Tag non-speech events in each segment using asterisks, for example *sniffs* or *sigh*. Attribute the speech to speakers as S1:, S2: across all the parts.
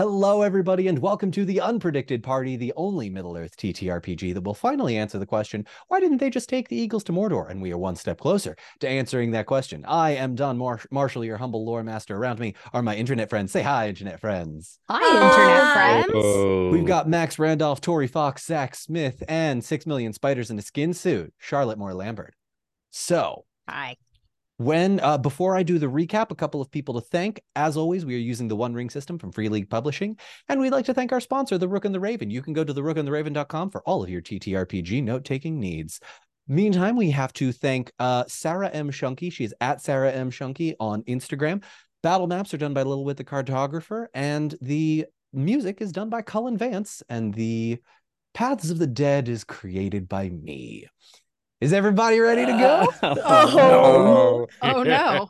S1: Hello, everybody, and welcome to the Unpredicted Party, the only Middle Earth TTRPG that will finally answer the question why didn't they just take the Eagles to Mordor? And we are one step closer to answering that question. I am Don Mar- Marshall, your humble lore master. Around me are my internet friends. Say hi, internet friends.
S2: Hi,
S3: Hi.
S2: internet friends.
S1: We've got Max Randolph, Tori Fox, Zach Smith, and six million spiders in a skin suit, Charlotte Moore Lambert. So,
S2: Hi.
S1: when uh, before I do the recap, a couple of people to thank. As always, we are using the One Ring system from Free League Publishing, and we'd like to thank our sponsor, The Rook and the Raven. You can go to therookandtheraven.com for all of your TTRPG note-taking needs. Meantime, we have to thank uh, Sarah M. Shunky. She is at Sarah M. Shunky on Instagram. Battle maps are done by Little Wit the Cartographer, and the music is done by Cullen Vance, and the Paths of the Dead is created by me. Is everybody ready to go?
S3: Oh,
S2: Oh, no.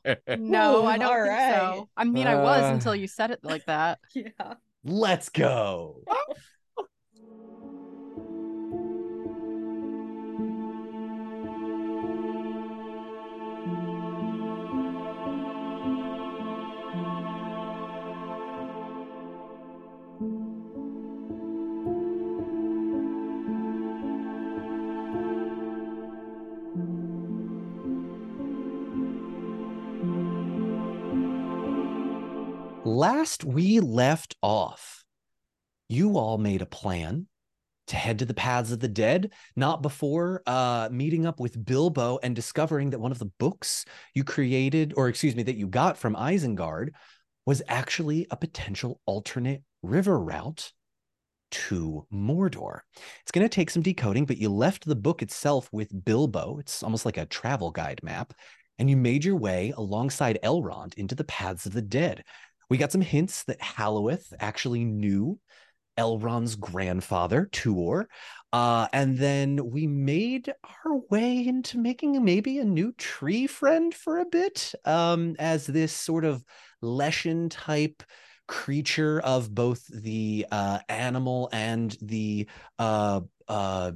S4: *laughs*
S2: No,
S3: Ooh,
S2: I don't
S3: *laughs* all
S2: think
S3: right.
S2: so. I mean, I was
S1: Uh,
S2: until you said it like that.
S3: Yeah.
S1: Let's go. Last we left off, you all made a plan to head to the paths of the dead, not before uh, meeting up with Bilbo and discovering that one of the books you created, or excuse me, that you got from Isengard was actually a potential alternate river route to Mordor. It's going to take some decoding, but you left the book itself with Bilbo. It's almost like a travel guide map. And you made your way alongside Elrond into the paths of the dead. We got some hints that Halloweth actually knew Elrond's grandfather, Tuor. Uh, and then we made our way into making maybe a new tree friend for a bit, um, as this sort of Leshen type creature of both the uh, animal and the uh, uh,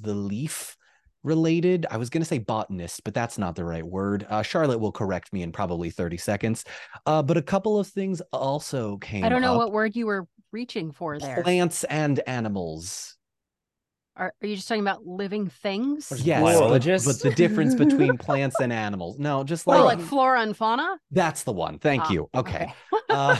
S1: the leaf related. I was going to say botanist, but that's not the right word. Uh, Charlotte will correct me in probably 30 seconds. Uh, but a couple of things also came
S2: I don't know
S1: up
S2: what word you were reaching for there.
S1: plants and animals.
S2: Are, are you just talking about living things?
S3: Or just
S1: Yes, but,
S3: biologists?
S1: but the
S2: *laughs*
S1: difference between plants and animals. No, just like,
S2: Well, Oh, like flora and fauna.
S1: that's the one. Thank
S2: Ah,
S1: you. Okay.
S2: *laughs*
S1: uh,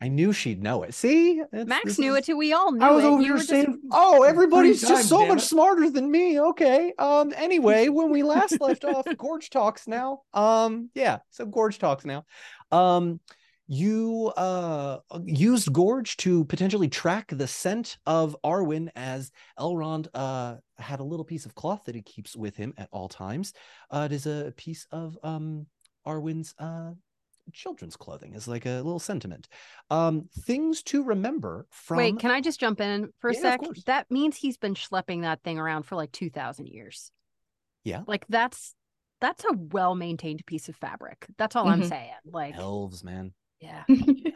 S1: I knew she'd know it. See, It's-
S2: Max
S1: this
S2: knew
S1: is-
S2: it too. We all knew
S1: I was
S2: it.
S1: over
S2: You
S1: here
S2: were just-
S1: saying, "Oh, everybody's
S3: time,
S1: just so
S3: damn
S1: much
S3: it."
S1: smarter than me." Okay. Um.
S2: *laughs*
S1: Anyway, when we last left off, Gorge talks now. Um. Yeah. So Gorge talks now. Um. You uh used Gorge to potentially track the scent of Arwen as Elrond uh had a little piece of cloth that he keeps with him at all times. Uh, it is a piece of um Arwen's uh children's clothing as like a little sentiment. Um, things to remember from
S2: Wait, can I just jump in for a
S1: Yeah, of
S2: sec?
S1: course.
S2: That means he's been schlepping that thing around for like 2,000 years.
S1: Yeah.
S2: Like that's that's a well maintained piece of fabric. That's all
S1: Mm-hmm.
S2: I'm
S3: Mhm.
S2: saying. Like,
S1: elves, man,
S2: yeah,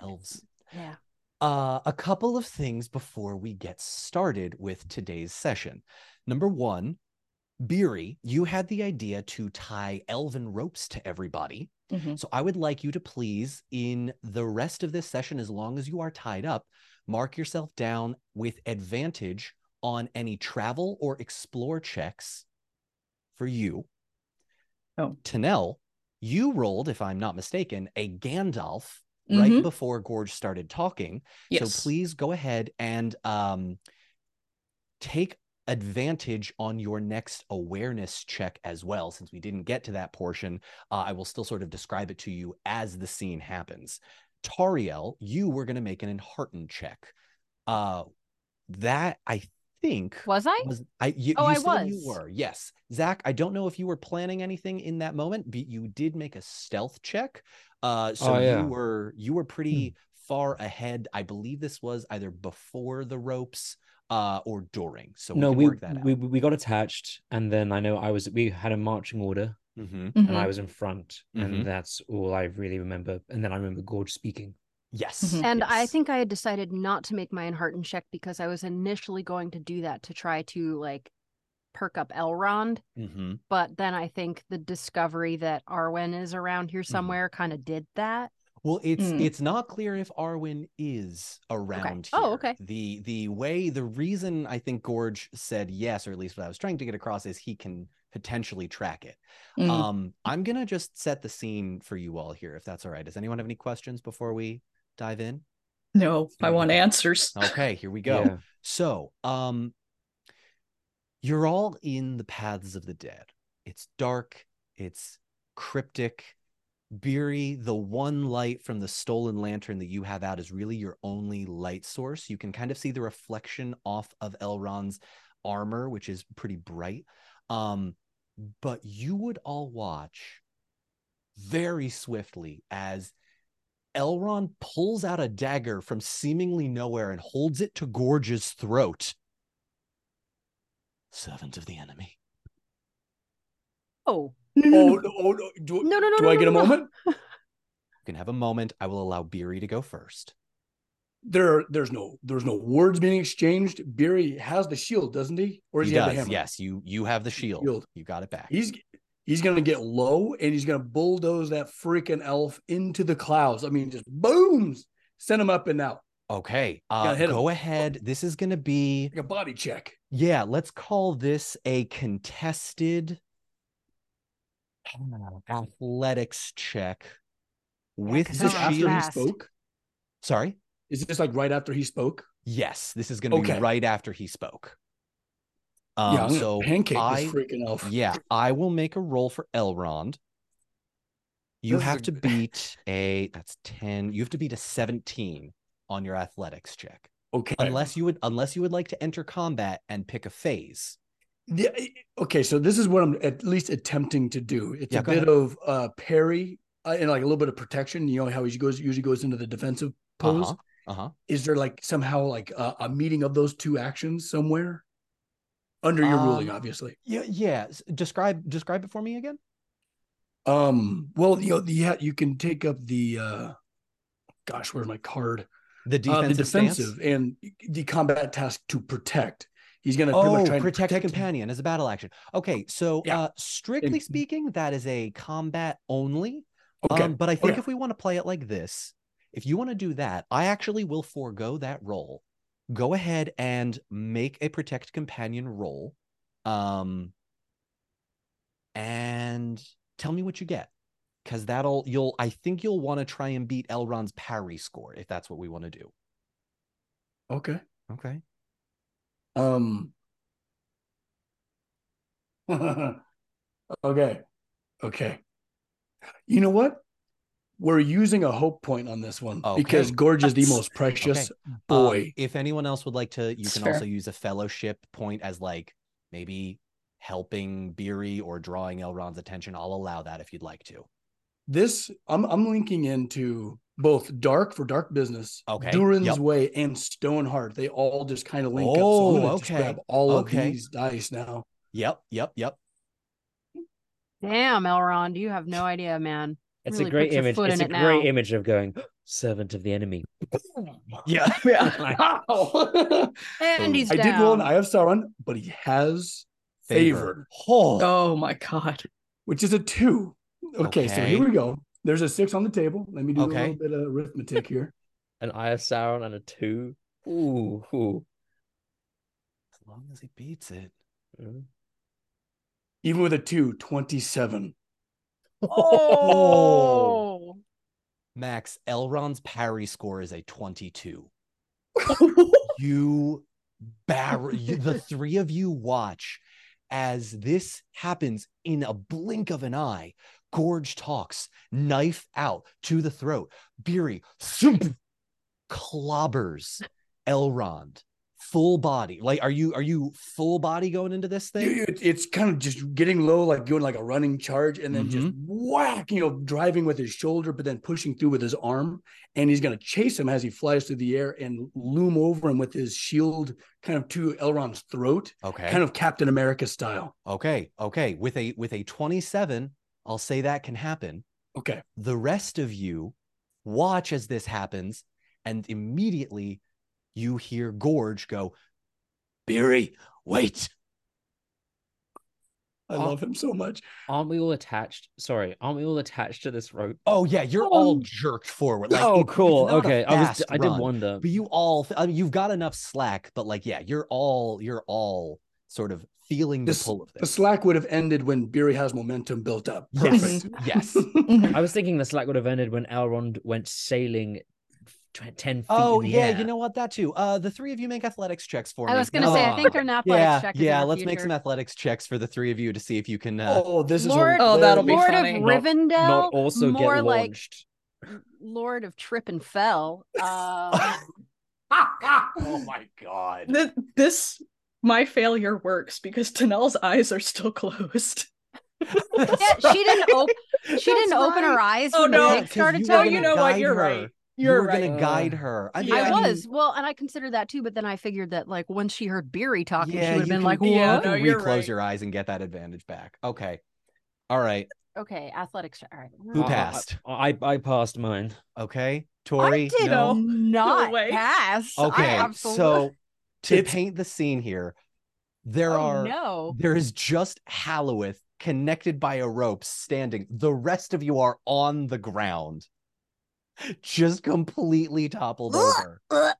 S1: elves.
S2: yeah.
S1: Uh, a couple of things before we get started with today's session. Number one, Beery, you had the idea to tie elven ropes to everybody
S3: Mhm.
S1: So I would like you to please, in the rest of this session, as long as you are tied up, mark yourself down with advantage on any travel or explore checks for you.
S3: Oh.
S1: Tanel, you rolled, if I'm not mistaken, a Gandalf right
S3: Mhm.
S1: before Gorge started talking.
S3: Yes.
S1: So please go ahead and um, take advantage on your next awareness check as well. Since we didn't get to that portion, uh, I will still sort of describe it to you as the scene happens. Tariel, you were going to make an enhearten check. Uh, that I think
S2: Was I?
S1: was I. You, you
S2: Oh, I
S1: said You
S2: was.
S1: were yes, Zach. I don't know if you were planning anything in that moment, but you did make a stealth check. Uh, so
S5: Oh, yeah. Hmm.
S1: you were you were pretty far ahead. I believe this was either before the ropes uh, or during. So we
S5: no,
S1: can
S5: we
S1: work that out.
S5: we we got attached, and then I know I was we had a marching order,
S1: Mhm.
S3: Mhm.
S5: and I was in front,
S1: Mhm.
S5: and that's all I really remember. And then I remember Gorge speaking.
S1: Yes,
S3: Mhm.
S2: Mm-hmm. And I
S1: yes.
S2: think I had decided not to make my Enhearten check because I was initially going to do that to try to like perk up Elrond.
S1: Mhm.
S6: Mm-hmm.
S2: But then I think the discovery that Arwen is around here somewhere kind of did that.
S1: Well, it's
S3: Hmm.
S1: it's not clear if Arwen is around.
S2: Oh,
S1: here.
S2: okay.
S1: The the way the reason I think Gorge said yes, or at least what I was trying to get across, is he can potentially track it.
S3: Mm.
S1: Um, I'm gonna just set the scene for you all here, if that's all right. Does anyone have any questions before we dive in?
S3: no, I want answers. *laughs*
S1: Okay, here we go.
S5: Yeah.
S1: So, um, you're all in the paths of the dead. It's dark, it's cryptic. Beery, the one light from the stolen lantern that you have out is really your only light source. You can kind of see the reflection off of Elrond's armor, which is pretty bright. Um, but you would all watch very swiftly as Elrond pulls out a dagger from seemingly nowhere and holds it to Gorge's throat. Servant of the enemy.
S2: Oh
S6: Oh, oh, no. Do,
S2: no, no, no.
S6: do
S2: no,
S6: I
S2: no,
S6: get a
S2: no, no.
S6: moment?
S1: You can have a moment. I will allow Beery to go first.
S6: There, there's no, there's no words being exchanged. Beery has the shield, doesn't he? Or does
S1: he
S6: he, have the
S1: does.
S6: hammer?
S1: Yes, you you have the shield.
S6: Shield.
S1: You got it back.
S6: He's he's gonna get low and he's gonna bulldoze that freaking elf into the clouds. I mean, just booms, send him up and out
S1: okay. Uh,
S6: hit him.
S1: go ahead. This is going to be
S6: like a body check.
S1: yeah. Let's call this a contested *sighs* athletics check with
S2: Is
S6: Is
S1: the
S6: this
S2: Sounds
S6: after
S1: shield.
S2: fast.
S6: he spoke?
S1: Sorry.
S6: Is this like right after he spoke?
S1: Yes, this is going to
S6: Okay.
S1: be right after he spoke. Um,
S6: yeah, I'm gonna
S1: so
S6: pancake
S1: I-
S6: this freaking elf.
S1: yeah, I will make a roll for Elrond. You
S4: This is
S1: have
S6: *laughs*
S4: a
S1: to
S4: g-
S1: beat a that's ten. You have to beat a seventeen on your athletics check,
S6: Okay.
S1: unless you would unless you would like to enter combat and pick a phase.
S6: Yeah, i- okay, so this is what I'm at least attempting to do. It's
S1: Yeah,
S6: a
S1: go
S6: bit
S1: ahead.
S6: of uh parry uh, and like a little bit of protection. You know how he goes usually goes into the defensive pose.
S1: Uh-huh. Uh-huh.
S6: Is there like somehow like a, a meeting of those two actions somewhere? Under your ruling,
S1: Um,
S6: obviously.
S1: Yeah, yeah. S- Describe describe it for me again.
S6: Um, well, you know, yeah, you can take up the uh gosh, where's my card?
S1: The
S6: Uh,
S1: defensive,
S6: the defensive
S1: stance.
S6: and the combat task to protect. He's gonna pretty much
S1: Oh,
S6: try and
S1: protect, companion as a battle action. Okay, so
S6: Yeah.
S1: uh strictly
S6: And-
S1: speaking, that is a combat only.
S6: Okay.
S1: Um, but I think
S6: Okay.
S1: if we want to play it like this, if you want to do that, I actually will forego that roll. Go ahead and make a protect companion roll. Um, and tell me what you get. Cause that'll you'll I think you'll want to try and beat Elrond's parry score if that's what we want to do.
S6: okay.
S1: Okay.
S6: Um. *laughs* okay. Okay. You know what? We're using a hope point on this one because
S1: Okay.
S6: Gorge is the most precious
S1: Um,
S6: boy.
S1: if anyone else would like to, you
S3: It's
S1: can
S3: fair.
S1: also use a fellowship point as like maybe helping Beery or drawing Elrond's attention. I'll allow that if you'd like to.
S6: this I'm I'm linking into both Dark for Dark Business,
S1: Okay.
S6: Durin's
S1: Yep.
S6: Way, and Stoneheart. They all just kind of link up. So I'm
S1: Oh,
S6: gonna just
S1: okay.
S6: grab all
S1: Okay.
S6: of these dice now.
S1: Yep, yep, yep.
S2: Damn, Elrond, you have no idea, man.
S5: It's
S2: Really
S5: a great
S2: put your
S5: image.
S2: foot
S5: It's a
S2: in it
S5: great
S2: now.
S5: image of going "Oh, servant of the enemy.
S1: *laughs* Yeah.
S5: Like,
S6: Ow!
S2: And he's
S6: Oh, I
S2: down.
S6: did roll an Eye of Sauron, but he has favored.
S1: Oh,
S3: Oh
S1: *laughs*
S3: my god.
S6: which is a two. Okay, so
S1: Okay.
S6: here we go. There's a six on the table. Let me do
S1: Okay.
S6: a little bit of arithmetic here.
S4: An Eye of Sauron and a two. Ooh. ooh.
S1: as long as he beats it.
S4: Mm.
S6: *laughs* Even with a two, 27.
S2: Oh.
S1: Max, Elrond's parry score is a 22. you barrel the three of you watch as this happens in a blink of an eye gorge talks knife out to the throat beery thump, clobbers elrond full body like are you are you full body going into this
S6: You-
S1: thing
S6: you- It's kind of just getting low, like doing like a running charge, and then just whack, you know, driving with his shoulder, but then pushing through with his arm. And he's going to chase him as he flies through the air and loom over him with his shield kind of to Elrond's throat,
S1: okay
S6: kind of Captain America style.
S1: okay okay with a with a 27 i'll say that can happen
S6: Okay.
S1: the rest of you watch as this happens and immediately you hear gorge go beery wait
S6: I love him so much.
S5: Aren't we all attached? Sorry, aren't we all attached to this rope?
S1: Oh yeah, you're all jerked forward. Like,
S5: *laughs* oh,
S1: it- it's
S5: cool.
S1: not a
S5: Okay, I was.
S1: fast
S5: I did
S1: run,
S5: wonder.
S1: But you all, I mean, you've got enough slack. But like, yeah, you're all, you're all sort of feeling the
S6: This-
S1: pull of
S6: The
S1: this.
S6: slack would have ended when Beery has momentum built up.
S1: Yes,
S6: *laughs*
S1: *laughs* yes.
S3: Mm-hmm.
S5: I was thinking the slack would have ended when Elrond went sailing tw- ten feet.
S1: Oh
S5: in the
S1: yeah,
S5: air.
S1: you know what? That too. Uh, the three of you make athletics checks for
S2: I
S1: me. Uh,
S2: was gonna say, I
S5: Oh.
S2: think they're not
S1: yeah,
S2: check. is in
S1: yeah.
S2: our
S1: Let's make
S2: future.
S1: some athletics checks for the three of you to see if you can. *laughs* Uh,
S6: Oh, this
S2: Lord,
S6: is
S3: Oh, that'll be
S2: Lord
S3: funny.
S2: of
S3: Not-
S2: Rivendell,
S5: Not also
S2: more
S5: get
S2: like
S5: launched.
S2: Lord of Trip and Fell.
S1: *laughs*
S2: Um,
S6: oh my god.
S3: Th- this my failure works because Tanel's eyes are still *laughs* closed.
S2: yeah, she
S3: *laughs*
S2: didn't
S1: *laughs*
S2: open. She didn't open her eyes.
S3: Oh,
S2: when the
S3: no.
S2: pig
S1: 'cause
S2: started
S1: you were
S3: Oh,
S2: talking.
S3: you
S1: gonna
S3: know what?
S1: guide
S3: You're
S1: her.
S3: right.
S1: you
S3: You're
S1: were
S3: right.
S1: gonna
S4: Uh,
S1: guide her. I, mean,
S3: yeah.
S2: I
S1: mean,
S2: was well, and I considered that too. But then I figured that like once she heard Beery talking, she
S1: Yeah,
S2: would have
S1: you
S2: been
S1: can-
S2: like, "What?"
S3: yeah,
S1: You
S3: no,
S1: can
S3: you're
S1: reclose
S3: right.
S1: your eyes and get that advantage back. Okay. All right.
S2: Okay, athletics. All right.
S1: Who
S5: I- I-
S1: passed?
S5: I, I passed mine.
S1: Okay.
S2: I
S1: Tori.
S2: did
S1: no.
S2: not
S3: way.
S2: pass. I
S1: Okay.
S2: absolutely- *laughs*
S1: So to
S6: It's-
S1: paint the scene here, there
S2: Oh,
S1: are
S2: no.
S1: there is just Halloweth connected by a rope standing. The rest of you are on the ground. Just completely toppled over.
S2: Ugh.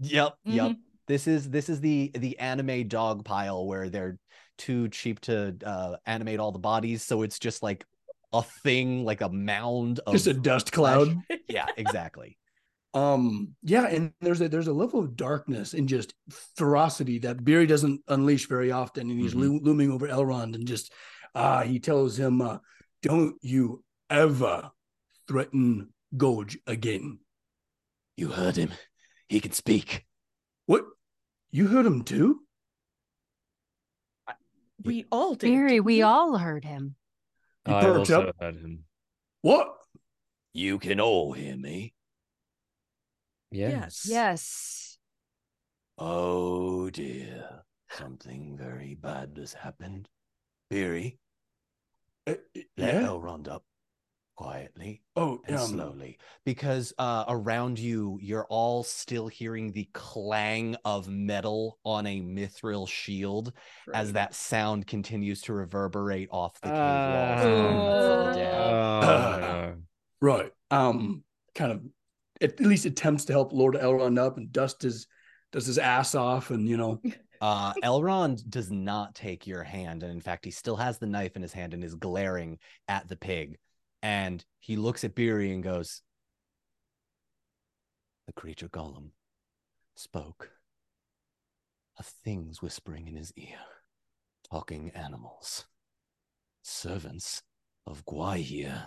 S1: Yep.
S3: Mm-hmm.
S1: Yep. this is this is the the anime dog pile where they're too cheap to uh animate all the bodies so it's just like a thing like a mound of
S6: Just a dust cloud.
S1: flesh. *laughs* yeah exactly
S6: Um, yeah, and there's a there's a level of darkness and just ferocity that Beery doesn't unleash very often, and he's
S1: Mhm.
S6: loo- looming over Elrond, and just ah, he tells him, uh, "Don't you ever threaten Goj again."
S1: you heard him he can speak
S6: What? You heard him too?
S3: We all did.
S2: Beery, we all heard him.
S6: He
S5: I
S6: perked
S5: also
S6: up.
S5: heard him.
S6: What? You can all hear me.
S5: Yes.
S2: Yes.
S6: Oh dear, something very bad has happened. Beery,
S1: let
S6: yeah.
S1: elrond up quietly
S6: Oh,
S1: and
S6: um,
S1: slowly because uh around you you're all still hearing the clang of metal on a mithril shield as that sound continues to reverberate off the cave walls and the
S3: Ah.
S1: depths of the
S5: Oh,
S1: depth. Uh,
S5: no.
S6: Right. Um, kind of at least attempts to help Lord Elrond up and dust his does his ass off and you know
S1: Uh, Elrond does not take your hand, and in fact, he still has the knife in his hand and is glaring at the pig. And he looks at Beery and goes, "The creature Gollum spoke of things whispering in his ear, talking animals, servants of Gwaihir.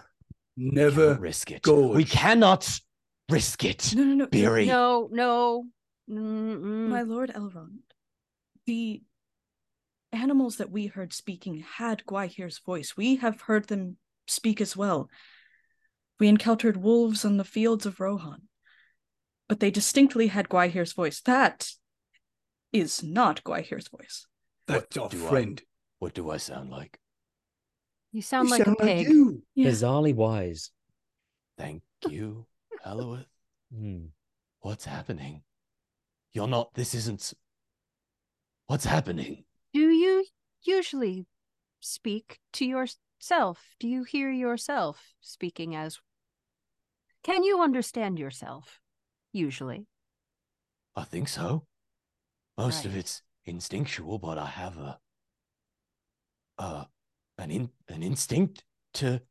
S1: We
S6: never
S1: cannot risk it.
S6: go.
S1: We cannot risk it,
S3: No, no, no.
S1: Beery."
S2: No, no. Mm-mm.
S3: My Lord Elrond, the animals that we heard speaking had Gwaihir's voice. We have heard them speak as well. We encountered wolves on the fields of Rohan, but they distinctly had Gwaihir's voice. That is not Gwaihir's voice.
S6: that's our
S1: do I-
S6: friend.
S1: What do I sound like?
S2: you sound
S6: You
S2: like
S6: sound
S2: a pig.
S6: you.
S3: Yeah.
S5: Bizarrely wise.
S1: Thank you, Halloweth.
S5: Hmm.
S1: What's happening? You're not. This isn't. What's happening?
S2: Do you usually speak to yourself? Do you hear yourself speaking as? Can you understand yourself? Usually.
S1: I think so. Most of
S2: Right.
S1: it's instinctual, but I have a, a, an in, an instinct to.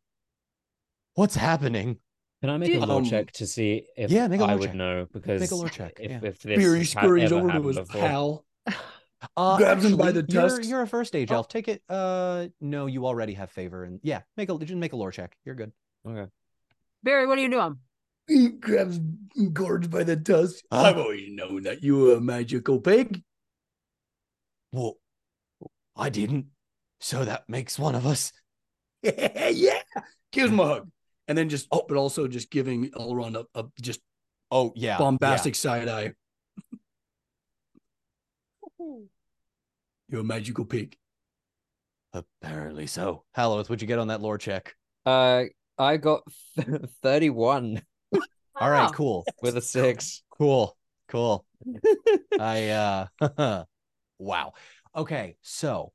S1: What's happening?
S5: Can I make
S2: Do-
S5: a lore
S6: Um,
S5: check to see if
S1: yeah, make a
S5: I
S1: lore
S5: would
S1: check.
S5: know? Because
S1: lore check,
S5: If,
S1: yeah.
S5: if this
S6: Beery
S5: has ha-
S6: scurries
S5: ever
S6: over to
S5: happened
S6: his
S5: before,
S6: pal.
S1: Uh,
S6: Grabs him by the
S1: you're-
S6: tusks.
S1: You're, a first age elf. Take it. Uh, no, you already have favor, and yeah, make a just make a lore check. You're good.
S5: Okay.
S2: Barry, what are you doing?
S6: He grabs Gorge by the tusk.
S1: Huh?
S6: I've always known that you were a magical pig. *laughs*
S1: Well, I didn't. So that makes one of us.
S6: yeah. Gives him a hug. And then just oh, but also just giving Elrond a, a just
S1: Oh yeah, yeah.
S6: bombastic side eye. You're a magical pig.
S1: Apparently so. Halloweth, what'd you get on that lore check?
S4: Uh, I got *laughs* thirty-one
S1: All right,
S2: Wow.
S1: cool,
S4: with a six.
S1: cool, cool. *laughs* I uh, wow. Okay, so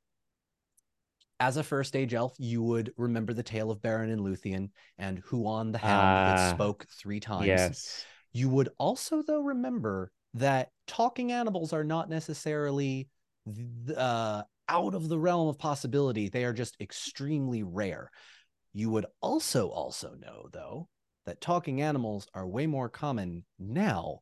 S1: as a first age elf, you would remember the tale of Baron and Luthien and Huon the Hound
S5: Ah,
S1: that spoke three times.
S5: Yes.
S1: You would also, though, remember that talking animals are not necessarily th- uh, out of the realm of possibility. They are just extremely rare. You would also also know, though, that talking animals are way more common now,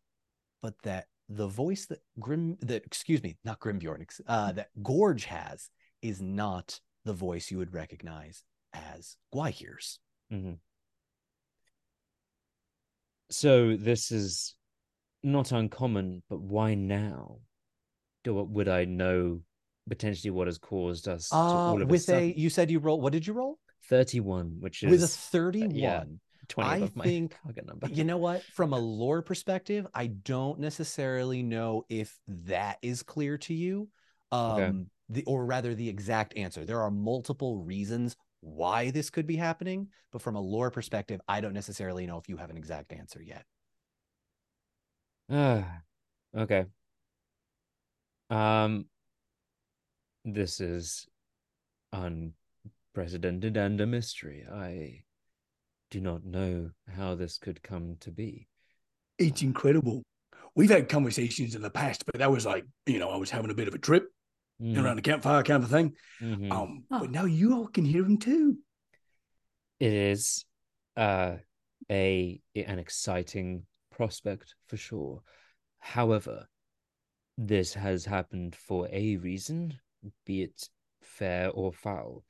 S1: but that the voice that Grim, that excuse me, not Grimbjorn, ex- uh, that Gorge has is not the voice you would recognize as Gwyhere's.
S4: So this is not uncommon, but why now? Do what would I know potentially what has caused us to
S1: Uh,
S4: all of
S1: with
S4: a,
S1: a, you said you roll. What did you roll?
S4: 31, which is
S1: With a thirty-one.
S4: 20
S1: I
S4: above my
S1: think,
S4: target number.
S1: But you know what? From a lore perspective, I don't necessarily know if that is clear to you. Um,
S4: Okay.
S1: the or rather the exact answer. There are multiple reasons why this could be happening, but from a lore perspective, I don't necessarily know if you have an exact answer yet.
S4: Ah, *sighs* okay. Um, this is unprecedented and a mystery. I do not know how this could come to be.
S6: It's incredible. We've had conversations in the past, but that was like, you know, I was having a bit of a trip
S4: Mm,
S6: around the campfire kind of a thing.
S1: Mm.
S4: mhm.
S6: Um,
S3: Oh.
S6: But now you all can hear him too.
S4: It is uh a an exciting prospect for sure. However, this has happened for a reason, be it fair or foul.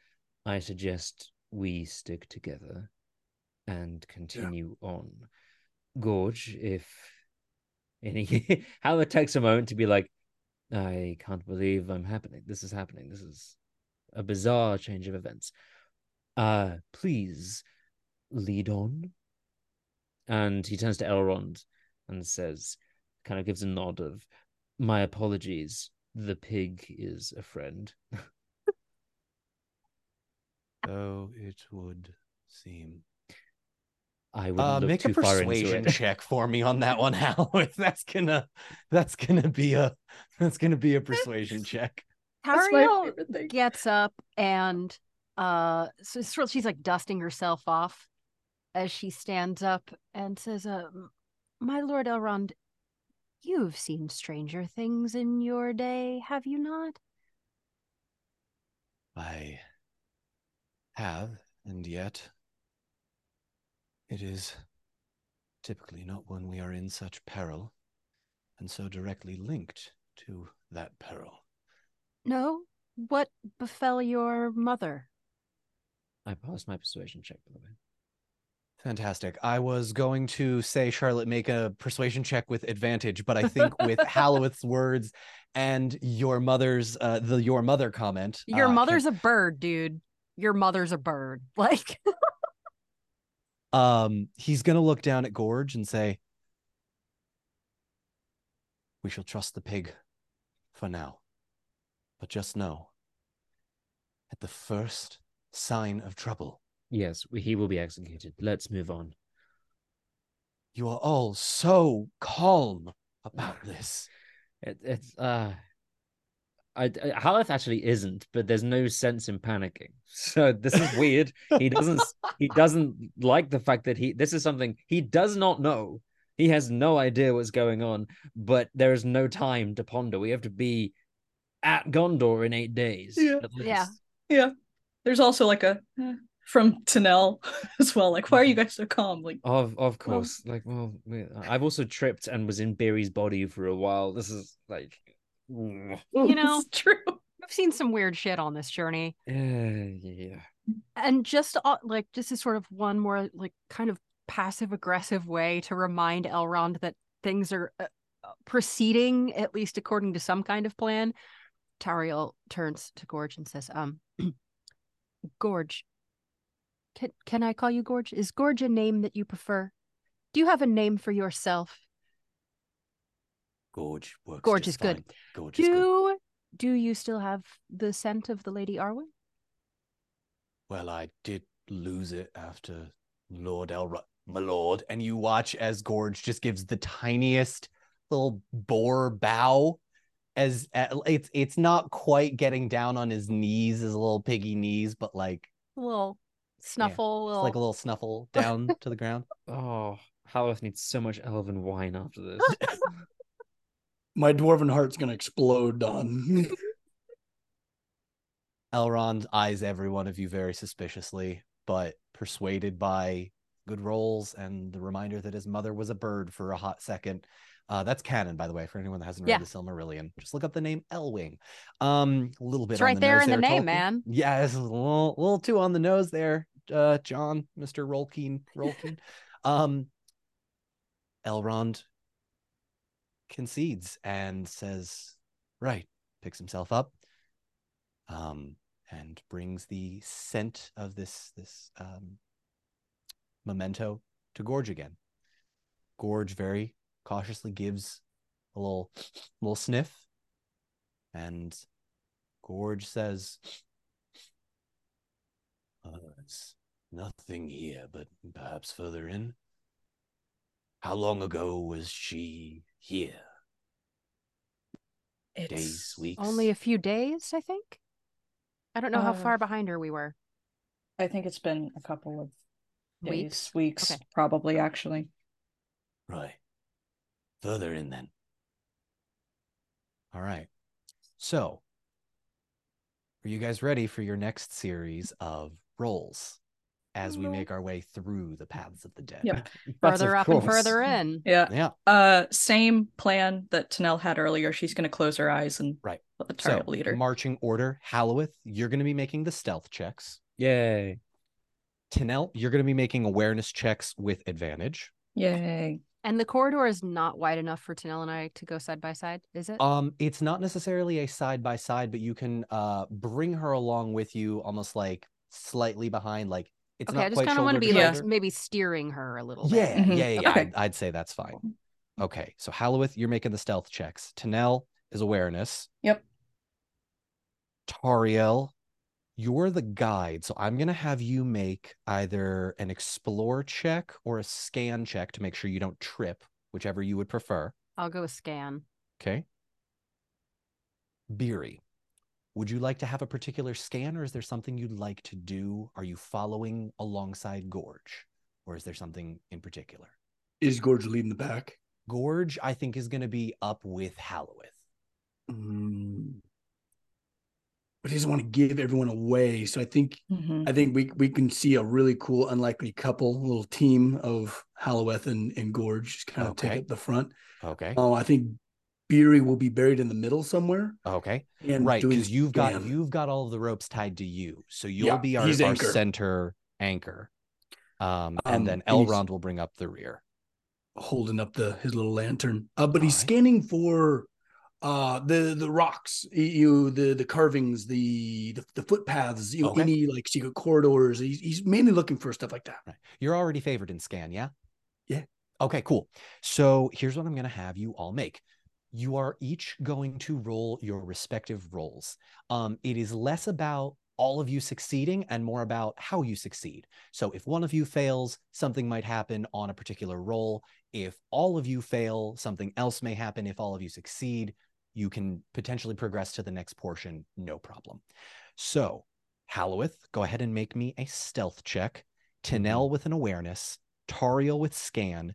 S4: I suggest we stick together and continue on. Gorge, if any *laughs* Howard takes a moment to be like, I can't believe I'm happening. This is happening. This is a bizarre change of events uh please lead on and he turns to elrond and says kind of gives a nod of my apologies the pig is a friend
S1: Oh, it would seem.
S4: i wouldn't
S1: Uh,
S4: look
S1: make a
S4: too far into
S1: persuasion
S4: it *laughs*
S1: check for me on that one, *laughs* Howard. That's gonna, that's gonna be a, that's gonna be a persuasion check.
S3: That's my
S2: Tario
S3: favorite thing.
S2: gets up and uh so so she's like dusting herself off as she stands up and says uh "M- my lord elrond you've seen stranger things in your day have you not
S1: I have, and yet it is typically not when we are in such peril and so directly linked to that peril.
S2: no what befell your mother
S4: i passed my persuasion check by the way
S1: Fantastic. I was going to say, Charlotte, make a persuasion check with advantage, but I think with Hallowith's words and your mother's, uh, the your mother comment,
S2: your
S1: uh, can-
S2: mother's a bird dude your mother's a bird *laughs* like
S1: um, he's going to look down at Gorge and say, We shall trust the pig for now. But just know, at the first sign of trouble,
S4: yes we- he will be executed let's move on
S1: you are all so calm about this.
S4: it, it's uh I, I Haleth actually isn't, but there's no sense in panicking. *laughs* So this is weird. he doesn't he doesn't like the fact that he this is something he does not know he has no idea what's going on but there is no time to ponder we have to be at gondor in eight days
S3: Yeah.
S4: at
S2: Yeah.
S4: least.
S3: There's also like a eh, from Tanel *laughs* as well. Like, why are you guys so calm? Like,
S4: of of course like well we- i've also tripped and was in Barry's body for a while this is like yeah
S2: You know-
S3: *laughs* it's true.
S2: i've seen some weird shit on this journey
S5: Eh,
S4: yeah
S2: and just uh, like just as sort of one more like kind of passive aggressive way to remind Elrond that things are uh, uh, proceeding at least according to some kind of plan. Tariel turns to Gorge and says, "Um, *clears throat* Gorge, can can I call you Gorge? Is Gorge a name that you prefer? Do you have a name for yourself?
S1: Gorge works.
S2: Gorge
S1: just
S2: is good.
S1: fine. Gorge is good.
S2: Do do you still have the scent of the Lady Arwen?
S1: Well, I did lose it after Lord Elrond, my lord. And you watch as Gorge just gives the tiniest little boar bow as at, it's it's not quite getting down on his knees, his little piggy knees, but like
S2: A little snuffle,
S1: it's like a
S2: little...
S1: little snuffle down to the ground.
S5: Oh, Halloth needs so much elven wine
S1: *laughs*
S5: after this.
S6: My dwarven heart's gonna explode, Don. *laughs*
S1: Elrond eyes every one of you very suspiciously, but persuaded by good rolls and the reminder that his mother was a bird for a hot second. Uh, that's canon, by the way, for anyone that hasn't read
S2: Yeah.
S1: the Silmarillion. Just look up the name Elwing. Um, a little bit.
S2: It's
S1: on
S2: right
S1: the
S2: there
S1: nose
S2: in the name,
S1: Tolkien.
S2: man.
S1: Yeah, it's a little, little too on the nose there, uh, John, Mister Rolkeen, Rolkeen. um, Elrond concedes and says, "Right." Picks himself up, um, and brings the scent of this this um, memento to Gorge again. Gorge very cautiously gives a little little sniff, and Gorge says, uh, "It's nothing here, but perhaps further in." How long ago was she here?
S3: It's
S1: Days, weeks?
S2: Only a few days, I think. I don't know how
S3: Uh,
S2: far behind her we were.
S3: I think it's been a couple of days,
S2: Weeks?
S3: weeks,
S2: Okay.
S3: probably actually.
S1: Right. Further in then. All right. So, are you guys ready for your next series of rolls as we
S3: No.
S1: make our way through the paths of the dead?
S2: *laughs*
S3: Yep.
S5: But
S2: Further
S5: of
S2: up and
S1: *laughs*
S5: course-
S2: further in.
S3: Yeah.
S1: Yeah.
S3: Uh same plan that Tanel had earlier. She's gonna close her eyes and
S1: Right.
S3: let the
S1: So,
S3: target leader.
S1: marching order, Halloweth, you're going to be making the stealth checks.
S5: Yay.
S1: Tinel, you're going to be making awareness checks with advantage.
S3: Yay.
S2: And the corridor is not wide enough for Tanel and I to go side by side, is it?
S1: Um, it's not necessarily a side by side, but you can uh bring her along with you, almost like slightly behind. Like it's
S2: okay,
S1: not
S2: I just
S1: quite
S2: kind of want to
S1: shoulder
S2: be
S1: to
S2: like
S1: shoulder.
S2: maybe steering her a little
S1: Yeah,
S2: bit.
S3: Mhm.
S1: yeah, yeah.
S2: Okay.
S1: I'd, I'd say that's fine.
S3: Cool.
S1: Okay, so Halloweth, you're making the stealth checks. Tanel is awareness.
S3: Yep.
S1: Tariel, you're the guide, so I'm gonna have you make either an explore check or a scan check to make sure you don't trip, whichever you would prefer.
S2: I'll go with scan.
S1: Okay. Beery, would you like to have a particular scan or is there something you'd like to do? Are you following alongside Gorge or is there something in particular?
S6: Is Gorge leading the pack?
S1: Gorge, I think, is going to be up with Halloweth.
S6: Mm. But he doesn't want to give everyone away. So I think
S3: Mhm.
S6: I think we we can see a really cool unlikely couple, little team of Halloweth and, and Gorge just kind of
S1: Okay.
S6: take up the front.
S1: Okay.
S6: Oh, I think Beery will be buried in the middle somewhere.
S1: Okay.
S6: And
S1: Right.
S6: doing
S1: Because you've got
S6: spam.
S1: you've got all of the ropes tied to you. So you'll
S6: Yeah,
S1: be our,
S6: he's
S1: our
S6: anchor.
S1: center anchor. Um, and
S6: Um,
S1: then
S6: and he's-
S1: Elrond will bring up the rear.
S6: holding up the his little lantern. Uh, but he's
S1: Alright.
S6: scanning for uh the the rocks, y- you the the carvings, the the, the footpaths, you know,
S1: Okay.
S6: any like secret corridors. He's, he's mainly looking for stuff like that.
S1: Right. You're already favored in scan, yeah?
S6: Yeah.
S1: Okay, cool. So here's what I'm going to have you all make. You are each going to roll your respective roles. Um, it is less about all of you succeeding and more about how you succeed. So if one of you fails, something might happen on a particular roll. If all of you fail, something else may happen. If all of you succeed, you can potentially progress to the next portion, no problem. So, Halloweth, go ahead and make me a stealth check.
S6: Mm-hmm.
S1: Tinel with an awareness, Tariel with scan,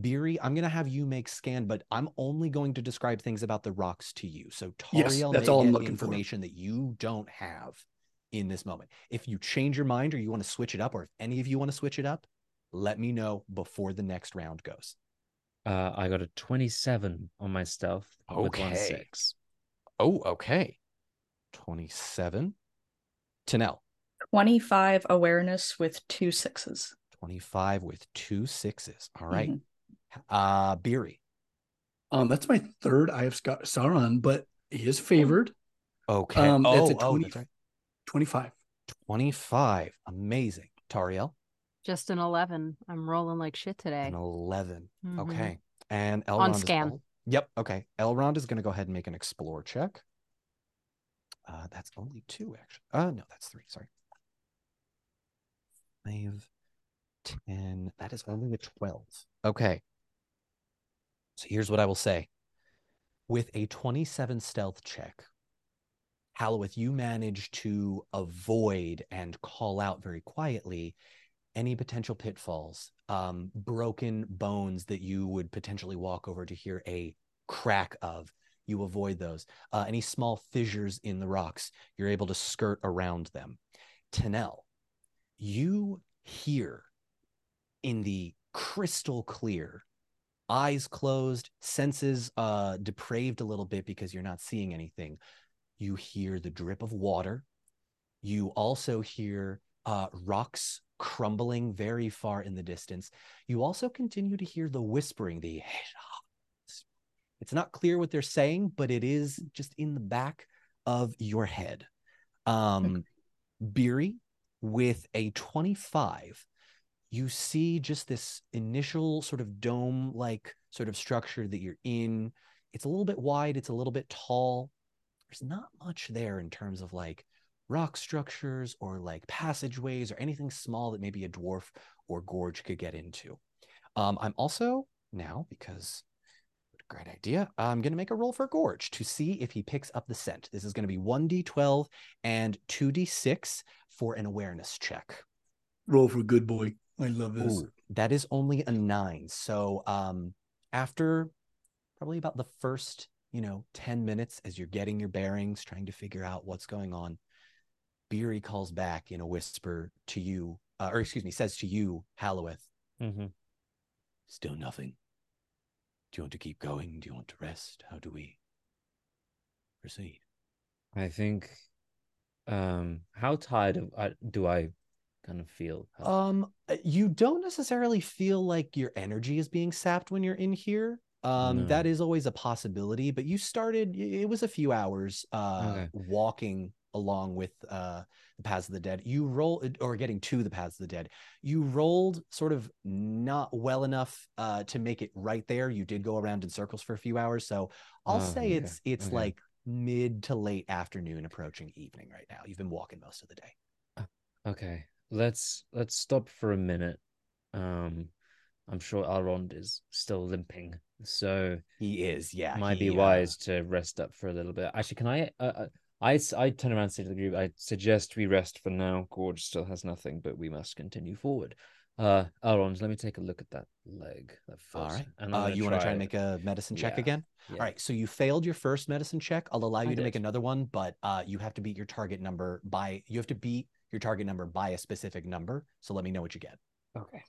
S1: Beery. I'm gonna have you make scan, but I'm only going to describe things about the rocks to you. So
S6: Yes,
S1: Tariel,
S6: that's
S1: may
S6: all I'm
S1: get
S6: looking for.
S1: information that you don't have in this moment. If you change your mind or you want to switch it up, or if any of you want to switch it up, let me know before the next round goes.
S5: Uh, I got a 27 on my stealth. With one
S1: Okay.
S5: six.
S1: Oh, okay. Twenty-seven. Tinel,
S3: 25 awareness with two sixes.
S1: twenty-five with two sixes. All right.
S3: Mhm.
S6: Mm-hmm.
S1: Uh, Beery.
S6: Um, that's my third I have Scott Sauron, but he is favored.
S1: Okay.
S6: Um, that's a
S1: oh, oh,
S6: 20
S1: that's right.
S6: 25.
S1: 25. Amazing. Tariel,
S2: Just an 11. I'm rolling like shit today.
S1: an 11.
S2: Mhm.
S1: Okay. And Elrond.
S2: On
S1: is
S2: scan.
S1: all- yep. Okay. Elrond is going to go ahead and make an explore check. Uh, that's only two, actually. Uh, no, that's three. Sorry. Five, 10. That is only a 12. Okay. So here's what I will say with a 27 stealth check. Halloweth, you manage to avoid and call out very quietly any potential pitfalls, um, broken bones that you would potentially walk over to hear a crack of. You avoid those. Uh, any small fissures in the rocks, you're able to skirt around them. Tanel, you hear in the crystal clear eyes closed, senses uh, depraved a little bit because you're not seeing anything. You hear the drip of water. You also hear uh, rocks crumbling very far in the distance. You also continue to hear the whispering, the *laughs* it's not clear what they're saying, but it is just in the back of your head. Um, Beery with a 25 you see just this initial sort of dome like sort of structure that you're in. It's a little bit wide, it's a little bit tall. There's not much there in terms of like rock structures or like passageways or anything small that maybe a dwarf or gorge could get into. Um, I'm also now, because what a great idea, I'm going to make a roll for Gorge to see if he picks up the scent. This is going to be 1d12 and 2d6 for an awareness check.
S6: Roll for good boy. I love this.
S1: Ooh, that is only a nine. So um after probably about the first, you know, 10 minutes as you're getting your bearings, trying to figure out what's going on, Beery calls back in a whisper to you, uh, or excuse me, says to you, Halloweth,
S5: Mm-hmm.
S1: still nothing. Do you want to keep going? Do you want to rest? How do we proceed?
S5: I think. Um, how tired of, I, do I kind of feel? How-
S1: Um, you don't necessarily feel like your energy is being sapped when you're in here. Um,
S5: No.
S1: that is always a possibility, but you started, y- it was a few hours, uh,
S5: Okay.
S1: walking along with, uh, the paths of the dead. You roll uh, or getting to the paths of the dead. You rolled sort of not well enough, uh, to make it right there. You did go around in circles for a few hours. So I'll
S5: Oh,
S1: say
S5: okay.
S1: it's, it's
S5: Okay.
S1: like mid to late afternoon approaching evening right now. You've been walking most of the day. Uh,
S5: okay, let's let's stop for a minute. Um, I'm sure Elrond is still limping, so
S1: He is. Yeah.
S5: might
S1: he,
S5: be
S1: uh,
S5: wise to rest up for a little bit. Actually, can I? Uh, uh, I s- I turn around and say to the group, I suggest we rest for now. Gorge still has nothing, but we must continue forward. Uh, Elrond, let me take a look at that leg, that foot.
S1: All right.
S5: and I'm
S1: Uh,
S5: gonna
S1: you want to try and
S5: it.
S1: make a medicine check
S5: Yeah,
S1: again?
S5: Yeah.
S1: All right. So you failed your first medicine check. I'll allow you
S5: I
S1: to make
S5: did.
S1: another one, but uh, you have to beat your target number by you have to beat your target number by a specific number. So let me know what you get.
S5: Okay.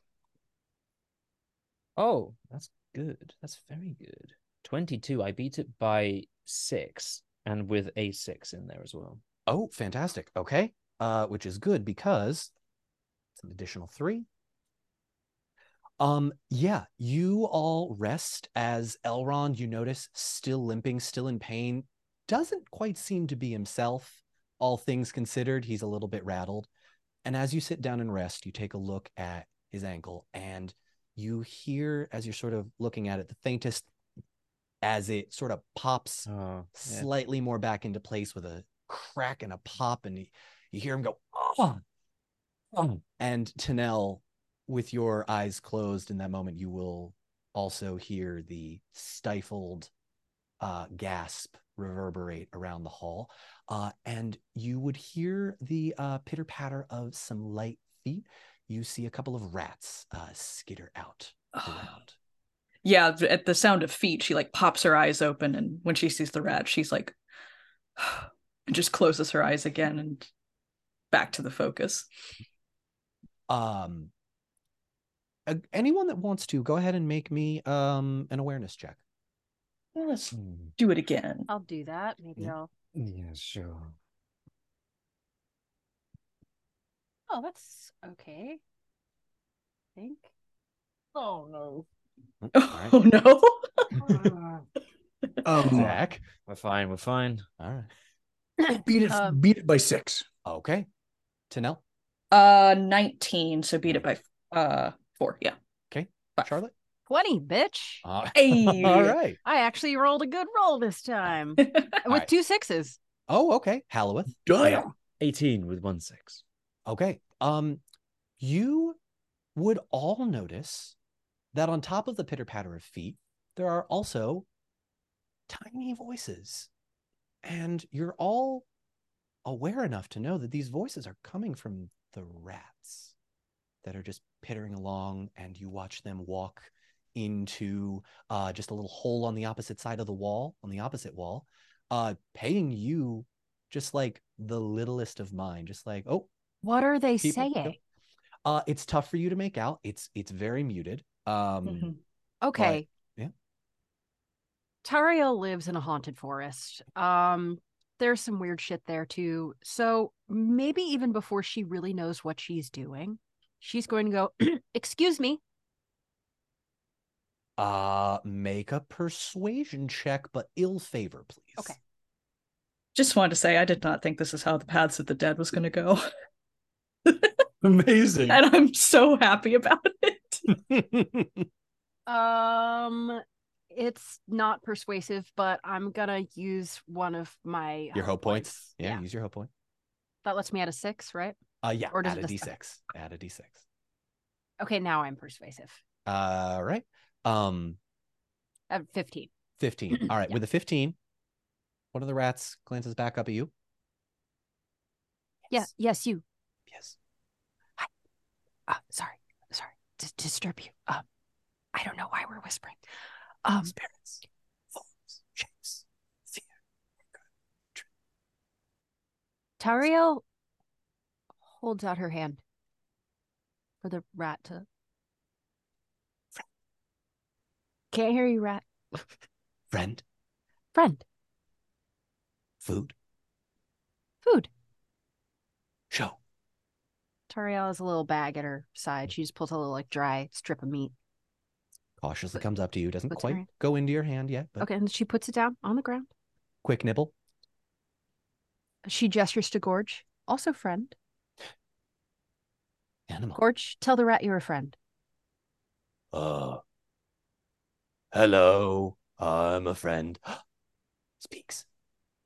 S5: Oh, that's good. That's very good. 22. I beat it by six and with a six in there as well.
S1: Oh, fantastic. Okay. Uh, which is good because it's an additional three. Um, yeah, you all rest as Elrond, you notice, still limping, still in pain, doesn't quite seem to be himself, all things considered. He's a little bit rattled. And as you sit down and rest, you take a look at his ankle and you hear, as you're sort of looking at it, the faintest as it sort of pops
S5: Oh, yeah.
S1: slightly more back into place with a crack and a pop, and you, you hear him go, oh, oh. and Tanel, with your eyes closed in that moment, you will also hear the stifled uh, gasp reverberate around the hall, uh, and you would hear the uh, pitter patter of some light feet. You see a couple of rats uh, skitter out
S3: Ah.
S1: around.
S3: *sighs* Yeah, th- at the sound of feet, she like pops her eyes open, and when she sees the rat, she's like, *sighs* and just closes her eyes again and back to the focus.
S1: um a- anyone that wants to go ahead and make me um an awareness check
S3: Well, let's
S5: Hmm.
S3: do it again.
S2: I'll do that. Maybe
S1: Yeah.
S2: I'll.
S5: Yeah, sure.
S2: Oh, that's okay. I think. Oh *laughs* no.
S3: *laughs*
S1: Mm, all
S3: Oh no!
S6: Um,
S1: *laughs* right zach
S5: We're fine. We're fine.
S1: all right
S6: beat it
S2: Um,
S6: beat it by six.
S1: okay tanel
S3: Uh, nineteen. So beat it by uh four. Yeah. Five.
S1: charlotte
S2: Twenty, bitch.
S1: Uh,
S3: *laughs*
S1: *laughs*
S3: Hey. *laughs*
S1: all right
S2: I actually rolled a good roll
S1: *laughs*
S2: this time with
S1: right.
S2: two sixes.
S1: oh okay halloweth
S6: Damn.
S5: 18 with one six.
S1: okay um you would all notice that on top of the pitter patter of feet there are also tiny voices. And you're all aware enough to know that these voices are coming from the rats that are just pittering along, and you watch them walk into uh, just a little hole on the opposite side of the wall, on the opposite wall, uh, paying you just like the littlest of mind, just like, oh,
S2: What are they
S1: people,
S2: saying?
S1: you know. uh, it's tough for you to make out. It's it's very muted. Um,
S2: Mm-hmm.
S3: Mhm.
S2: Okay.
S1: yeah.
S2: Tario lives in a haunted forest. Um, there's some weird shit there too. So maybe even before she really knows what she's doing, she's going to go, *clears throat* excuse me.
S1: Uh, make a persuasion check, but ill favor, please.
S2: Okay.
S3: *laughs* Just wanted to say I did not think this is how the Paths of the Dead was going to go, *laughs*
S6: Amazing.
S3: and I'm so happy about it. *laughs*
S1: *laughs*
S2: Um it's not persuasive, but I'm gonna use one of my
S1: Your hope points. Yeah,
S2: Yeah.
S1: use your hope point.
S2: That lets me add a six, right?
S1: Uh, yeah,
S2: Or does
S1: add
S2: it
S1: a
S2: just-
S1: d6. Add a d6.
S2: Okay, now I'm persuasive.
S1: All right. Um,
S2: At 15.
S1: 15.
S2: *clears throat*
S1: All right.
S2: Yeah.
S1: With a 15, one of the rats glances back up at you.
S2: Yeah, yes, you.
S1: Yes.
S2: uh, sorry, sorry to disturb you. Um, I don't know why we're whispering. Um,
S1: Spirits, wolves, shapes, fear.
S2: Tario holds out her hand for the rat to. Can't hear you, rat
S1: Friend,
S2: friend.
S1: food,
S2: Food.
S1: show.
S2: Tario has a little bag at her side. She just pulls a little like dry strip of meat.
S1: Cautiously
S2: But-
S1: comes up to you. Doesn't
S2: but
S1: quite
S2: Taryn-
S1: go into your hand yet, but
S2: Okay, and she puts it down on the ground.
S1: quick nibble.
S2: She gestures to Gorge, also friend.
S1: Animal.
S2: Gorge, tell the rat you're a friend.
S1: Uh, hello, I'm a friend. *gasps* Speaks.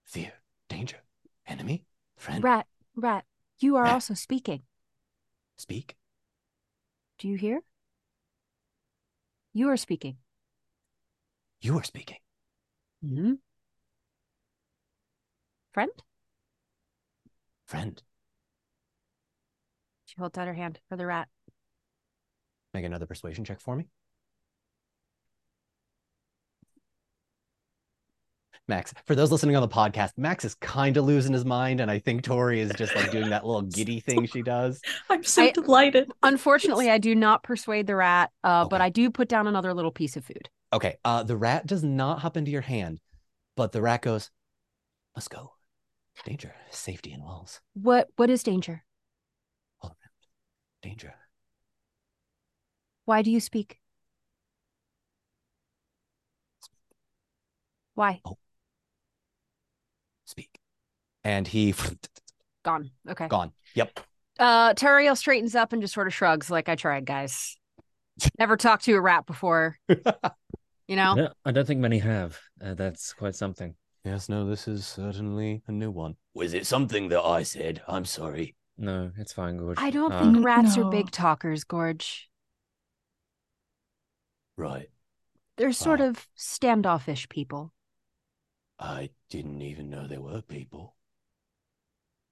S1: Fear, danger, enemy, friend.
S2: Rat, rat, you are
S1: Rat.
S2: also speaking.
S1: Speak.
S2: Do you hear? You are speaking.
S1: You are speaking.
S2: Mm-hmm. Friend?
S1: Friend.
S2: She holds out her hand for the rat.
S1: Make another persuasion check for me. Max, for those listening on the podcast, Max is kind of losing his mind. And I think Tori is just like doing that little giddy thing she does.
S3: I'm so
S2: I-
S3: delighted.
S2: Unfortunately, I do not persuade the rat, uh, but
S1: Okay.
S2: I do put down another little piece of food.
S1: Okay. Uh, the rat does not hop into your hand, but the rat goes, must go. Danger, safety in walls.
S2: What what is danger?
S1: Danger.
S2: Why do you speak? Why?
S1: Speak. And he *laughs*
S2: Gone. Okay.
S1: gone. Yep.
S2: Uh Tariel straightens up and just sort of shrugs like I tried, guys. Never talked to a rat before, you know?
S5: No, I don't think many have. Uh, that's quite something.
S1: yes, no, this is certainly a new one. Was it something that I said? I'm sorry.
S5: No, it's fine, Gorge.
S2: I don't
S5: Uh,
S2: think rats are
S3: No.
S2: big talkers, Gorge.
S1: Right.
S2: They're sort
S1: Wow.
S2: of standoffish people.
S1: I didn't even know there were people.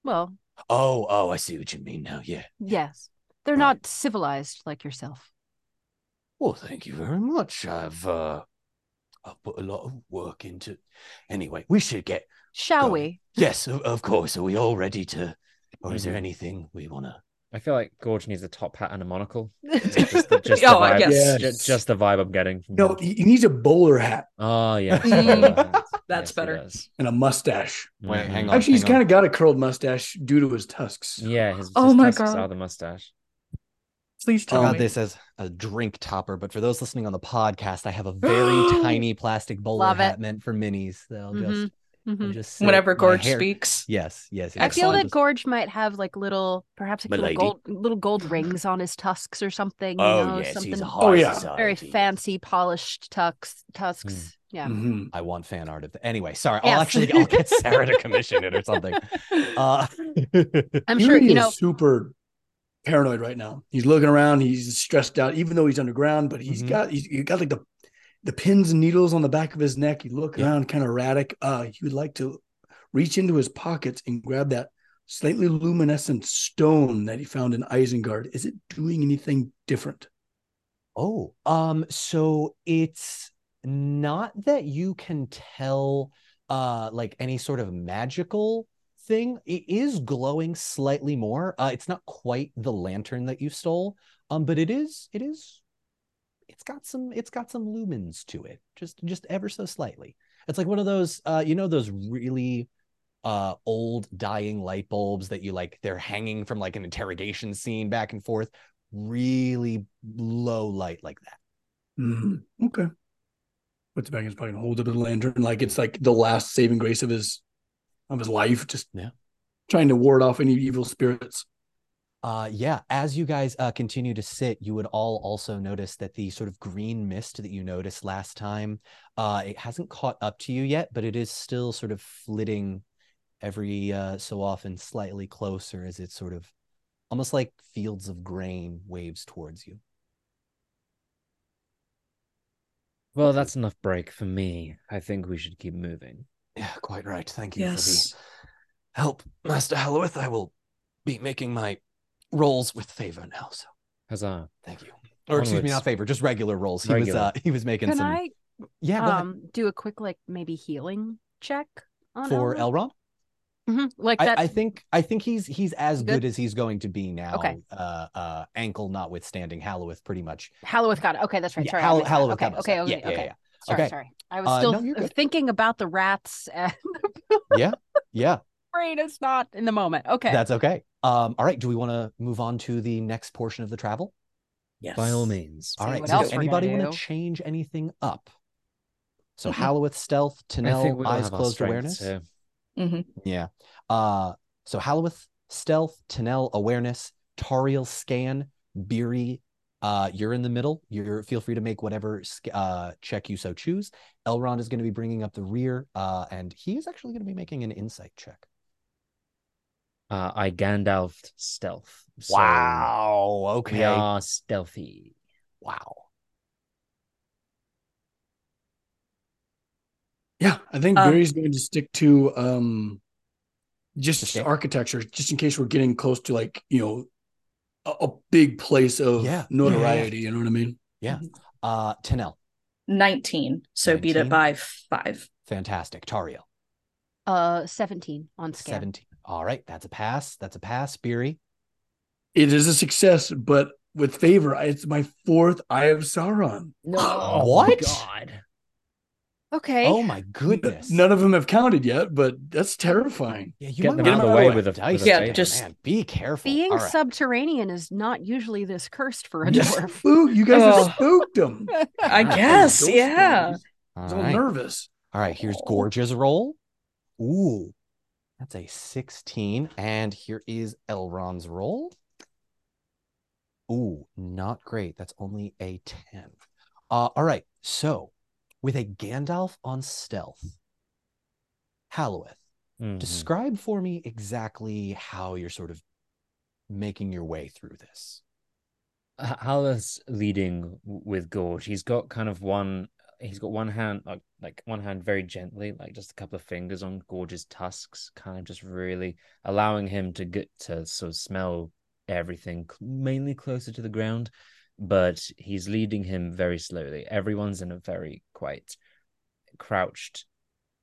S2: Well,
S1: Oh, oh, I see what you mean now. Yeah.
S2: yes. They're
S1: Right.
S2: not civilized like yourself.
S1: Well, thank you very much. I've uh I've put a lot of work into Anyway, we should get
S2: Shall
S1: Got it.
S2: we?
S1: Yes, of, of course. Are we all ready to or is there
S6: Mm-hmm.
S5: Mhm.
S1: anything we wanna
S5: I feel like Gorge needs a top hat and a
S2: *laughs*
S5: monocle. It's just the, just the
S3: Oh,
S5: vibe.
S6: yes.
S5: ju- just the vibe I'm getting. From
S6: No,
S5: him.
S6: he he needs a bowler hat
S5: Oh
S3: *laughs*
S5: yes.
S3: Mm. That's
S5: That's
S3: better.
S6: and a mustache.
S1: Wait,
S5: Mm-hmm.
S1: hang on.
S6: Actually, he's
S1: on.
S6: kind of got a curled mustache due to his tusks.
S5: Yeah, his,
S3: Oh
S5: his
S3: my
S5: tusks
S3: God.
S5: are the mustache.
S3: Please
S1: I
S3: tell
S6: Um,
S1: got
S3: me.
S1: this as a drink topper, but for those listening on the podcast, I have a very tiny plastic bowler
S2: Love it.
S1: hat meant for minis. That'll just, I'll
S2: Mhm.
S1: just sit-
S3: Whenever
S1: my
S3: Gorge
S1: hair-
S3: speaks,
S1: Yes, yes.
S2: I feel
S1: excellent.
S2: that
S1: Just-
S2: Gorge might have like little, perhaps like little
S1: Milady.
S2: gold, little gold rings on his tusks or something. You know, something
S1: high
S6: Oh, yeah.
S1: society.
S2: very
S1: yes.
S2: fancy, polished tux, tusks.
S1: Mm.
S2: Yeah.
S6: Mhm.
S1: I want fan art of the. Anyway, sorry.
S2: Yes.
S1: I'll actually I'll get Sarah to commission it or
S2: *laughs*
S1: something. Uh, *laughs*
S2: I'm
S6: He
S2: sure,
S6: really
S2: you
S6: is
S2: know,
S6: super paranoid right now. He's looking around. He's stressed out, even though he's underground. But he's
S1: Mhm.
S6: got he's, he's got like the the pins and needles on the back of his neck. He looked around, kind of erratic. Uh, he would like to reach into his pockets and grab that slightly luminescent stone that he found in Isengard. Is it doing anything different?
S1: Oh, um, so it's not that you can tell uh like any sort of magical thing. It is glowing slightly more. Uh it's not quite the lantern that you stole, um, but it is it is it's got some it's got some lumens to it, just just ever so slightly. It's like one of those uh you know those really uh old dying light bulbs that you like they're hanging from like an interrogation scene back and forth really low light like that.
S6: Mhm. Okay. Puts it back in his pocket and holds up the lantern like it's like the last saving grace of his of his life. Just
S1: Yeah.
S6: trying to ward off any evil spirits.
S1: Uh, yeah, as you guys uh, continue to sit, you would all also notice that the sort of green mist that you noticed last time, uh, it hasn't caught up to you yet, but it is still sort of flitting every uh, so often slightly closer as it sort of almost like fields of grain waves towards you.
S5: Well, that's enough break for me. I think we should keep moving.
S1: Yeah, quite right. Thank
S3: Yes.
S1: help, Master Hallowith. I will be making my rolls with favor now. So
S5: Huzzah.
S1: thank you. Or excuse me,
S5: Onwards.
S1: not favor, just regular rolls. He
S5: Regular.
S1: was uh, he was making
S2: Can
S1: some.
S2: I
S1: Yeah, go ahead.
S2: um do a quick like maybe healing check on
S1: for Elrond.
S2: Elrond? Mhm, Like
S1: I,
S2: that
S1: I think I think he's he's as
S2: Good?
S1: good, as he's going to be now.
S2: Okay.
S1: Uh, uh, ankle notwithstanding, Hallowith pretty much.
S2: Halloweth got it. Okay, that's right.
S1: Yeah,
S2: sorry. I
S1: Hall-
S2: mixed that.
S1: Hallowith
S2: okay,
S1: got us
S2: okay,
S1: that.
S2: okay,
S1: Yeah, yeah,
S2: okay.
S1: yeah.
S2: Sorry,
S1: Okay.
S2: sorry. I was
S1: Uh,
S2: still
S1: no, you're good.
S2: thinking about the rats *laughs* and
S1: Yeah,
S2: brain is not in the moment. Okay.
S1: that's okay. Um, all right. Do we want to move on to the next portion of the travel?
S3: Yes.
S5: By all means.
S1: All
S2: See
S1: right.
S2: what
S1: so
S2: else
S1: does
S2: we're gonna
S1: anybody want
S2: do. Mm-hmm.
S1: to change anything up? So
S3: Mhm.
S1: Hallowith stealth,
S5: I think
S1: Tanel
S5: we all
S1: eyes
S5: have our
S1: closed
S5: strengths
S1: awareness.
S5: here.
S3: Mhm.
S1: Yeah. Uh so Hallowith, Stealth, Tanel, Awareness, Tariel, Scan, Beery. Uh, you're in the middle. You're feel free to make whatever sc- uh check you so choose. Elrond is going to be bringing up the rear, uh, and he is actually going to be making an insight check.
S5: Uh, I Gandalfed stealth. so
S1: okay.
S5: We are
S1: *gasps*
S5: stealthy.
S1: Wow.
S6: Yeah, I think
S3: Um,
S6: Barry's going to stick to um just
S1: Okay.
S6: architecture, just in case we're getting close to like, you know, a, a big place of
S1: Yeah.
S6: notoriety, you know what I mean?
S1: Uh, Tanel,
S3: 19. So beat it
S1: 19.
S3: by five.
S1: fantastic. Tariel,
S2: Uh 17 on scan.
S1: seventeen. All right, that's a pass. That's a pass. Beery,
S6: It is a success, but with favor, I- it's my fourth Eye of Sauron.
S1: Oh, What?
S5: God.
S2: Okay.
S1: Oh my goodness.
S6: N- None of them have counted yet, but that's terrifying.
S1: Yeah, you
S5: Get
S1: might
S5: them
S1: wanna
S6: out of
S1: roll
S6: the way
S5: with a- with a
S1: dice.
S3: Yeah,
S1: favor,
S3: just-
S1: man. be careful.
S2: Being
S1: All right.
S2: subterranean is not usually this cursed for a
S1: *laughs*
S6: Just
S2: dwarf.
S6: spook- you guys
S3: Oh.
S6: have
S3: *laughs*
S6: spooked them.
S1: Ah,
S3: I guess. Yeah.
S6: I
S1: All
S6: was a little
S1: right.
S6: nervous.
S1: All right, here's
S3: Oh.
S1: Gorge's roll. Ooh, that's a 16. And here is Elrond's roll. Ooh, not great. That's only a 10. Uh, all right, so with a Gandalf on stealth, Halloweth,
S5: Mhm.
S1: describe for me exactly how you're sort of making your way through this.
S5: H- Hala's leading w- with Gorge. He's got kind of one. He's got one hand, like like one hand, very gently, like just a couple of fingers on Gorge's tusks, kind of just really allowing him to get to sort of smell everything, cl- mainly closer to the ground. But he's leading him very slowly. Everyone's in a very quite crouched,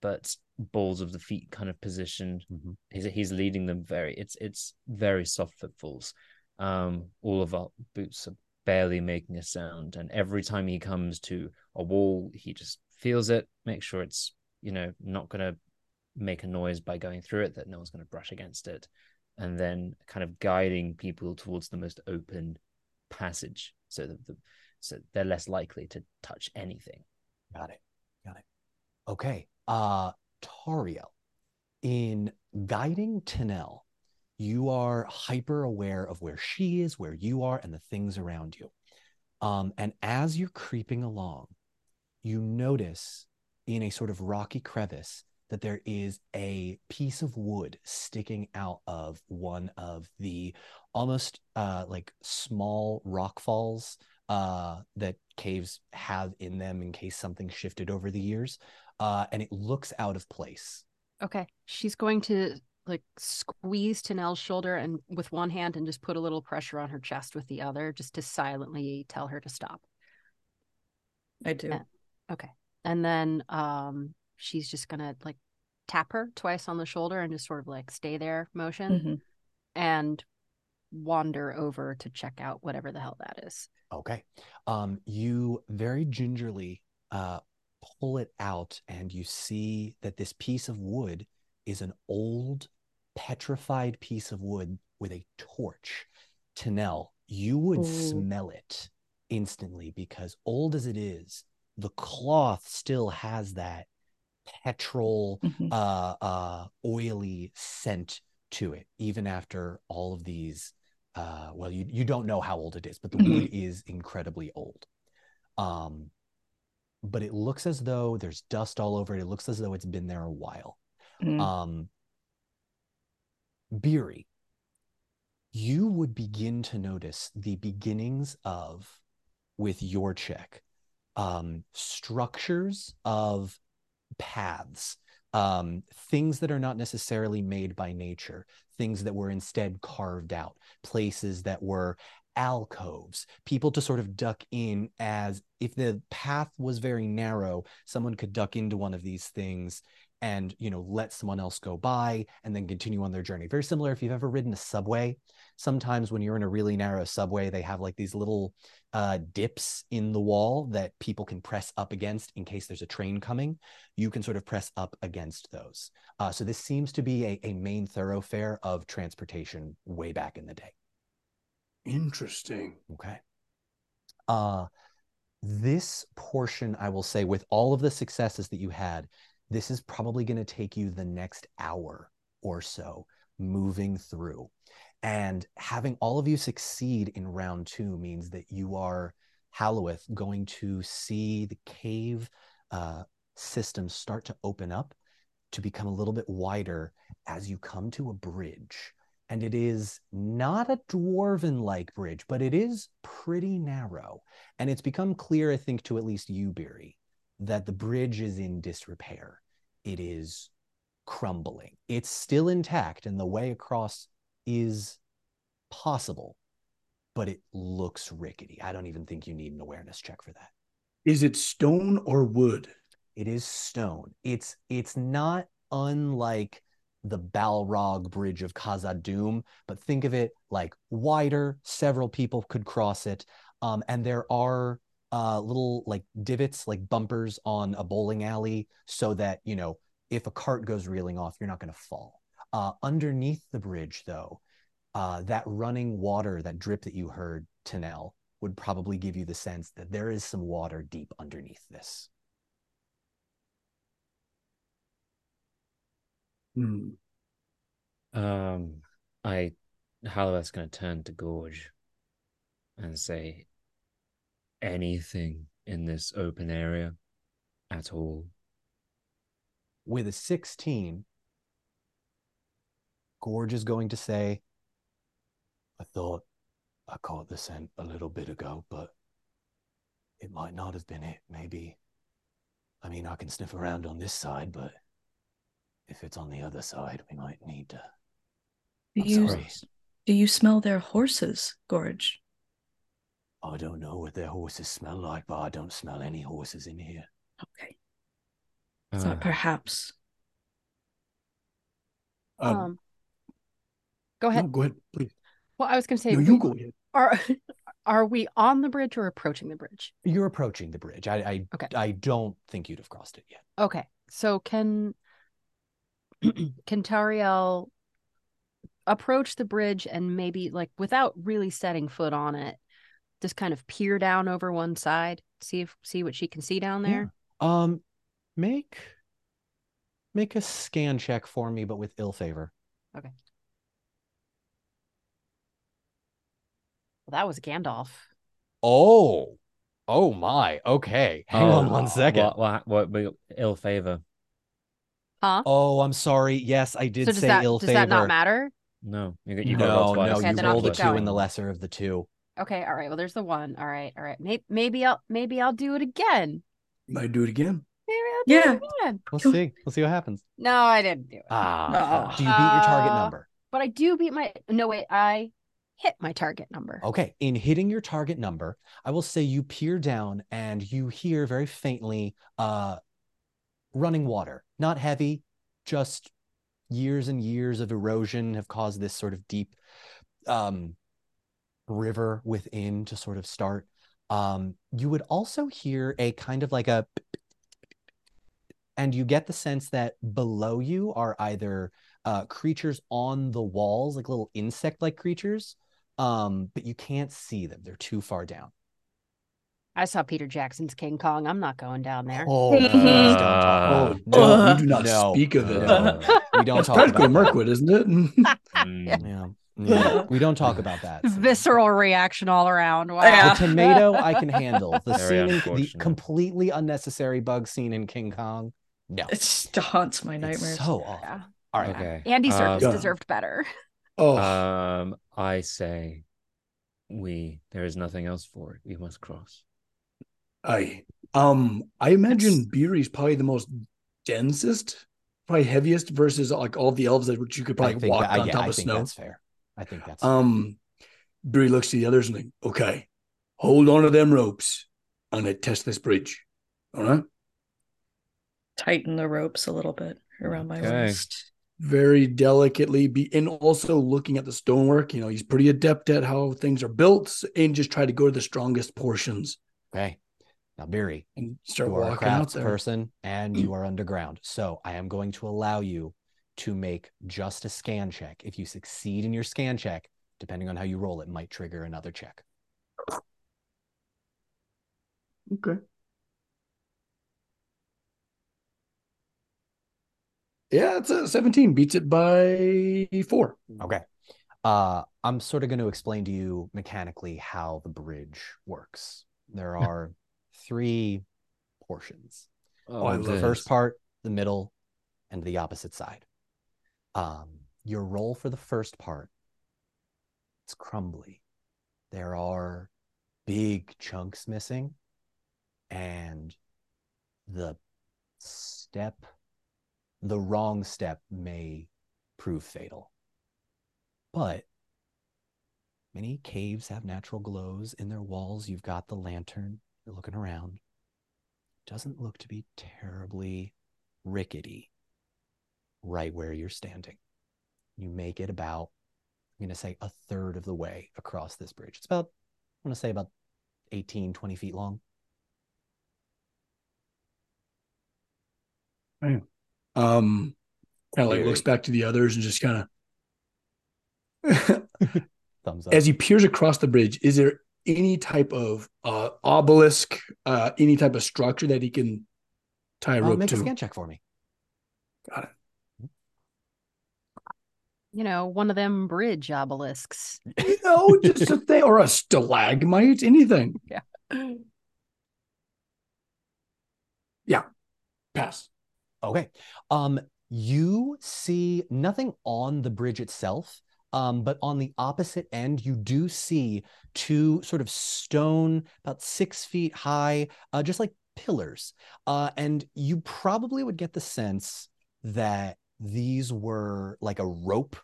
S5: but balls of the feet kind of position.
S1: Mhm.
S5: He's he's leading them very. It's it's very soft footfalls. Um, all of our boots are barely making a sound, and every time he comes to a wall, he just feels it, makes sure it's you know not gonna make a noise by going through it, that no one's gonna brush against it, and then kind of guiding people towards the most open passage, so that the so they're less likely to touch anything.
S1: Got it. Got it. Okay. Uh Tariel, in guiding Tanel, you are hyper aware of where she is, where you are, and the things around you. Um, and as you're creeping along, you notice in a sort of rocky crevice that there is a piece of wood sticking out of one of the almost uh, like small rock falls uh, that caves have in them in case something shifted over the years. Uh, and it looks out of place.
S2: Okay. She's going to like squeeze Tanel's shoulder and with one hand and just put a little pressure on her chest with the other just to silently tell her to stop.
S3: I do.
S2: Yeah. And then um she's just gonna like tap her twice on the shoulder and just sort of like stay there motion
S3: Mhm.
S2: and wander over to check out whatever the hell that is.
S1: Okay. Um, you very gingerly uh, pull it out, and you see that this piece of wood is an old, petrified piece of wood with a torch. Tanel, you would
S3: Ooh.
S1: smell it instantly because, old as it is, the cloth still has that petrol,
S3: Mhm.
S1: uh, uh, oily scent to it, even after all of these. Uh, well, you you don't know how old it is, but the wood is incredibly old. Um, but it looks as though there's dust all over it. It looks as though it's been there a while.
S3: Mm.
S1: Um, Beery, you would begin to notice the beginnings of, with your check, um, structures of paths, um, things that are not necessarily made by nature, things that were instead carved out, places that were alcoves, people to sort of duck in as if the path was very narrow, someone could duck into one of these things and you know let someone else go by and then continue on their journey very similar if you've ever ridden a subway sometimes when you're in a really narrow subway they have like these little uh, dips in the wall that people can press up against in case there's a train coming you can sort of press up against those uh, so this seems to be a, a main thoroughfare of transportation way back in the day
S6: Interesting.
S1: Okay. Uh this portion, I will say, with all of the successes that you had, this is probably going to take you the next hour or so moving through. And having all of you succeed in round two means that you are Halloweth going to see the cave uh, system start to open up to become a little bit wider as you come to a bridge and it is not a dwarven like bridge, but it is pretty narrow. And it's become clear, I think, to at least you, Beery, that the bridge is in disrepair. It is crumbling. It's still intact, and the way across is possible, but it looks rickety. I don't even think you need an awareness check for that.
S6: Is it stone or wood?
S1: It is stone. It's it's not unlike the Balrog Bridge of Khazad-dûm, but think of it like wider. Several people could cross it, um, and there are uh, little like divots, like bumpers on a bowling alley, so that you know if a cart goes reeling off, you're not going to fall. Uh, underneath the bridge, though, uh, that running water, that drip that you heard, Tanel, would probably give you the sense that there is some water deep underneath this.
S6: Hmm.
S5: Um, I Halloweth's gonna turn to Gorge and say, anything in this open area at all.
S1: with a 16, Gorge is going to say, I thought I caught the scent a little bit ago, but it might not have been it. Maybe, I mean, I can sniff around on this side, but if it's on the other side, we might need to.
S3: do,
S1: I'm
S3: you,
S1: sorry.
S3: do you smell their horses, Gorge?
S1: I don't know what their horses smell like, but I don't smell any horses in here.
S3: Okay. So
S5: Uh,
S3: perhaps.
S6: Um,
S2: um Go
S6: no,
S2: ahead.
S6: go ahead, please.
S2: Well, I was going to say
S6: No,
S2: we-
S6: you go ahead.
S2: are *laughs* are we on the bridge or approaching the bridge?
S1: You're approaching the bridge. I, I,
S2: Okay.
S1: I don't think you'd have crossed it yet.
S2: Okay. So can *clears throat* can Tariel approach the bridge and maybe like without really setting foot on it, just kind of peer down over one side, see if see what she can see down
S1: Yeah.
S2: there?
S1: Um, make make a scan check for me, but with ill favor.
S2: Well, that was Gandalf.
S1: Oh, oh my. Okay, Um, hang on
S5: oh,
S1: one second.
S5: What, what, what, we- ill favor?
S2: Huh?
S1: Oh, I'm sorry. Yes, I did
S2: so does
S1: say
S2: that
S1: ill
S2: does
S1: favor.
S2: that not matter?
S5: No, you got, you got
S1: No,
S5: rolled twice.
S1: no,
S2: Okay,
S1: you
S2: then I'll
S1: rolled a
S2: keep
S1: two
S2: going.
S1: and the lesser of the two.
S2: okay, all right. Well, there's the one. All right, all right. Maybe maybe I'll maybe I'll do it again.
S6: Might do it again.
S2: Maybe I'll do
S3: Yeah.
S2: it again.
S1: We'll
S3: Cool.
S1: see. We'll see what happens.
S2: No, I didn't do it.
S1: Ah,
S3: Oh.
S1: do you beat your target
S2: Uh,
S1: number?
S2: but I do beat my no wait, I hit my target number.
S1: Okay. In hitting your target number, I will say you peer down and you hear very faintly uh, running water. Not heavy, just years and years of erosion have caused this sort of deep um, river within to sort of start. Um, you would also hear a kind of like a *sniffs* and you get the sense that below you are either uh, creatures on the walls, like little insect-like creatures, um, but you can't see them; they're too far down.
S2: I saw Peter Jackson's King Kong. I'm not going down there. *laughs*
S1: Oh, please don't
S5: Uh,
S1: talk.
S6: Oh, no,
S3: Uh,
S6: we do not
S1: no.
S6: speak of it.
S5: Uh,
S1: We don't
S6: It's
S1: talk about
S6: practically
S1: that.
S6: Mirkwood,
S1: *laughs*
S6: isn't it?
S2: *laughs*
S5: mm,
S1: Yeah, yeah. we don't talk about that. so-
S2: Visceral reaction all around. Wow.
S1: The
S3: Yeah.
S1: tomato I can handle. The
S5: *laughs* Very
S1: scene, in, the
S5: unfortunate.
S1: completely unnecessary bug scene in King Kong. No,
S3: It just haunts my
S1: it's
S3: nightmares.
S1: so awful.
S2: *laughs* Yeah.
S1: All right,
S5: Okay.
S2: Andy
S1: Uh,
S5: Um,
S2: Serkis
S6: Yeah.
S2: deserved better.
S6: oh,
S5: Um, I say, we there is nothing else for it. We must cross.
S6: I um, I imagine
S3: Yes.
S6: Beery is probably the most densest, probably heaviest versus like all the elves that which you could
S1: I
S6: probably
S1: think,
S6: walk
S1: that, I,
S6: on
S1: yeah,
S6: top
S1: I
S6: of
S1: think
S6: snow.
S1: that's fair. I think that's
S6: Um, Beery looks to the others and like, okay, hold on to them ropes. I'm gonna test this bridge. All right.
S3: Tighten the ropes a little bit around my
S5: Okay.
S3: waist.
S6: very delicately be and also looking at the stonework you know he's pretty adept at how things are built and just try to go to the strongest portions
S1: okay. Now, Beery,
S6: and start
S1: you are a
S6: walking out
S1: crafts
S6: there
S1: person and
S6: *clears throat*
S1: you are underground, so I am going to allow you to make just a scan check. If you succeed in your scan check, depending on how you roll, it might trigger another check.
S6: okay yeah it's a 17 beats it by four
S1: Okay. Uh, I'm sort of going to explain to you mechanically how the bridge works.
S6: *laughs*
S1: There are three portions.
S5: Oh,
S6: I
S1: on the
S6: love
S1: first
S5: this.
S1: part, the middle, and the opposite side. Um, your roll for the first part, it's crumbly. There are big chunks missing, and the step, the wrong step may prove fatal. But many caves have natural glows in their walls. You've got the lantern, you're looking around doesn't look to be terribly rickety right where you're standing. You make it about, I'm going to say a third of the way across this bridge. It's about, I want to say about 18, 20 feet long.
S6: um kind of like
S5: Very.
S6: looks back to the others and just kind of
S1: Thumbs up.
S6: as he peers across the bridge, is there any type of uh, obelisk, uh, any type of structure that he can tie a
S1: Uh,
S6: rope
S1: make
S6: to?
S1: a scan check for me.
S2: You know, one of them bridge obelisks.
S6: You know, just a thing or a stalagmite, anything.
S1: *laughs*
S2: Yeah.
S6: Yeah. Pass.
S1: Okay. Um, you see nothing on the bridge itself, um, but on the opposite end, you do see two sort of stone, about six feet high, uh, just like pillars. Uh, and you probably would get the sense that these were like a rope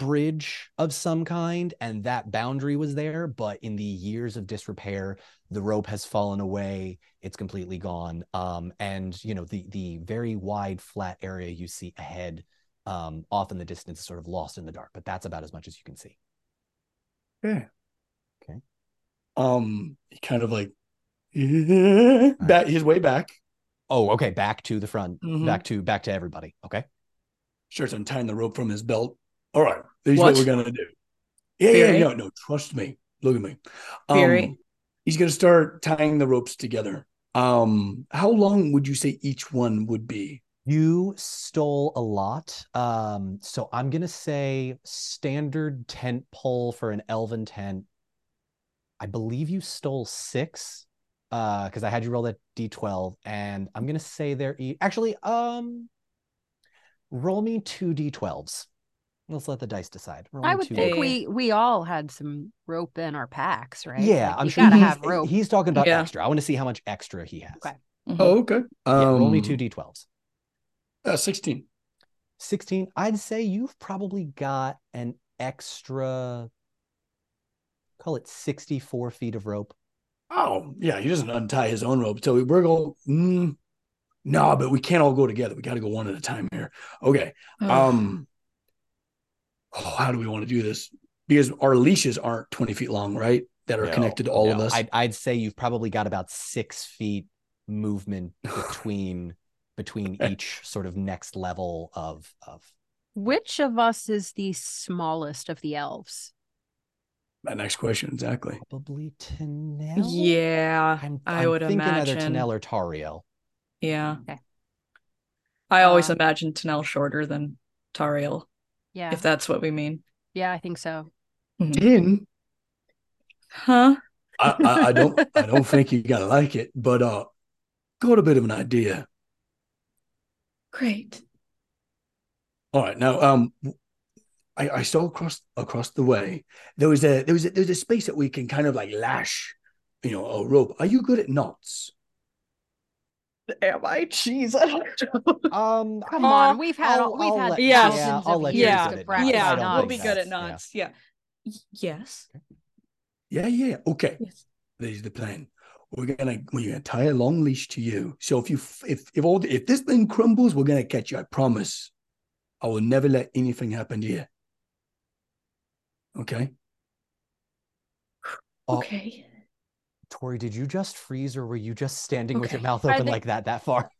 S1: bridge of some kind, and that boundary was there, but in the years of disrepair, the rope has fallen away it's completely gone um and you know the the very wide flat area you see ahead um off in the distance is sort of lost in the dark but that's about as much as you can see
S6: Um, he kind of like back his way back.
S1: oh okay Mm-hmm. back to the front
S6: Mhm.
S1: back to back to everybody okay
S6: Starts untying the rope from his belt. All right, here's
S3: What?
S6: what, we're gonna do. Yeah, yeah,
S3: Fury?
S6: no, no, trust me. Look at me. Um,
S3: Fury?
S6: He's gonna start tying the ropes together. Um, how long would you say each one would be?
S1: you stole a lot um so i'm gonna say standard tent pole for an elven tent i believe you stole six uh because i had you roll that d12 and i'm gonna say there e- actually um roll me two d12s Let's let the dice decide. Rolling
S2: I would
S1: two.
S2: think
S3: Yeah.
S2: we we all had some rope in our packs, right?
S1: Yeah,
S2: Like,
S1: I'm
S2: you
S1: sure
S2: gotta
S1: he's,
S2: have rope.
S1: he's talking about
S3: Yeah.
S1: extra. I want to see how much extra he has.
S2: Okay.
S6: Oh, okay.
S1: Yeah,
S6: Um,
S1: roll me two d12s.
S6: Uh, 16.
S1: 16. I'd say you've probably got an extra, call it 64 feet of rope.
S6: Oh, yeah. He doesn't untie his own rope. So we're going, mm, no, but we can't all go together. We got to go one at a time here. Okay. Um, oh, how do we want to do this? Because our leashes aren't 20 feet long, right? That are
S1: No,
S6: connected to all of
S1: no.
S6: us.
S1: Uh, I'd, I'd say you've probably got about six feet movement between between
S6: Okay.
S1: each sort of next level of of
S2: Which of us is the smallest of the elves?
S6: My next question, exactly.
S1: probably Tanel.
S3: yeah,
S1: I'm,
S3: I
S1: I'm
S3: would
S1: thinking
S3: imagine.
S1: either Tanel or Tariel.
S3: yeah.
S2: Okay.
S3: I always
S2: Uh,
S3: imagine Tanel shorter than Tariel,
S2: Yeah.
S3: if that's what we mean.
S2: yeah, I think so.
S6: In,
S3: Huh?
S6: I, I, I don't, I don't think you're gonna like it, but uh, got a bit of an idea.
S3: Great.
S6: All right, now um, I, I saw across across the way there was a there was a, there was a space that we can kind of like lash, you know, a rope. Are you good at knots?
S4: Am I? Jeez, I don't know.
S1: Um,
S2: Come on,
S3: Uh,
S2: we've had
S1: I'll-
S2: we've
S1: I'll
S2: had
S1: let-
S3: yeah,
S2: thousands
S1: I'll
S2: of
S1: let
S3: you
S2: years
S3: do
S2: to
S3: that.
S2: practice
S1: *laughs* Yeah, I don't
S2: knots.
S3: we'll be
S1: think
S3: good
S1: that's-
S3: at
S1: yeah.
S3: knots. Yeah. Y- yes.
S6: Yeah, yeah. Okay,
S3: Yes.
S6: there's the plan. We're gonna we're gonna tie a long leash to you. So if you f- if if all the, if this thing crumbles, we're gonna catch you. I promise. I will never let anything happen to you. Okay.
S1: Oh.
S3: Okay.
S1: Tori, did you just freeze or were you just standing with your
S3: Okay.
S1: mouth
S2: I
S1: open
S2: think-
S1: like that that far?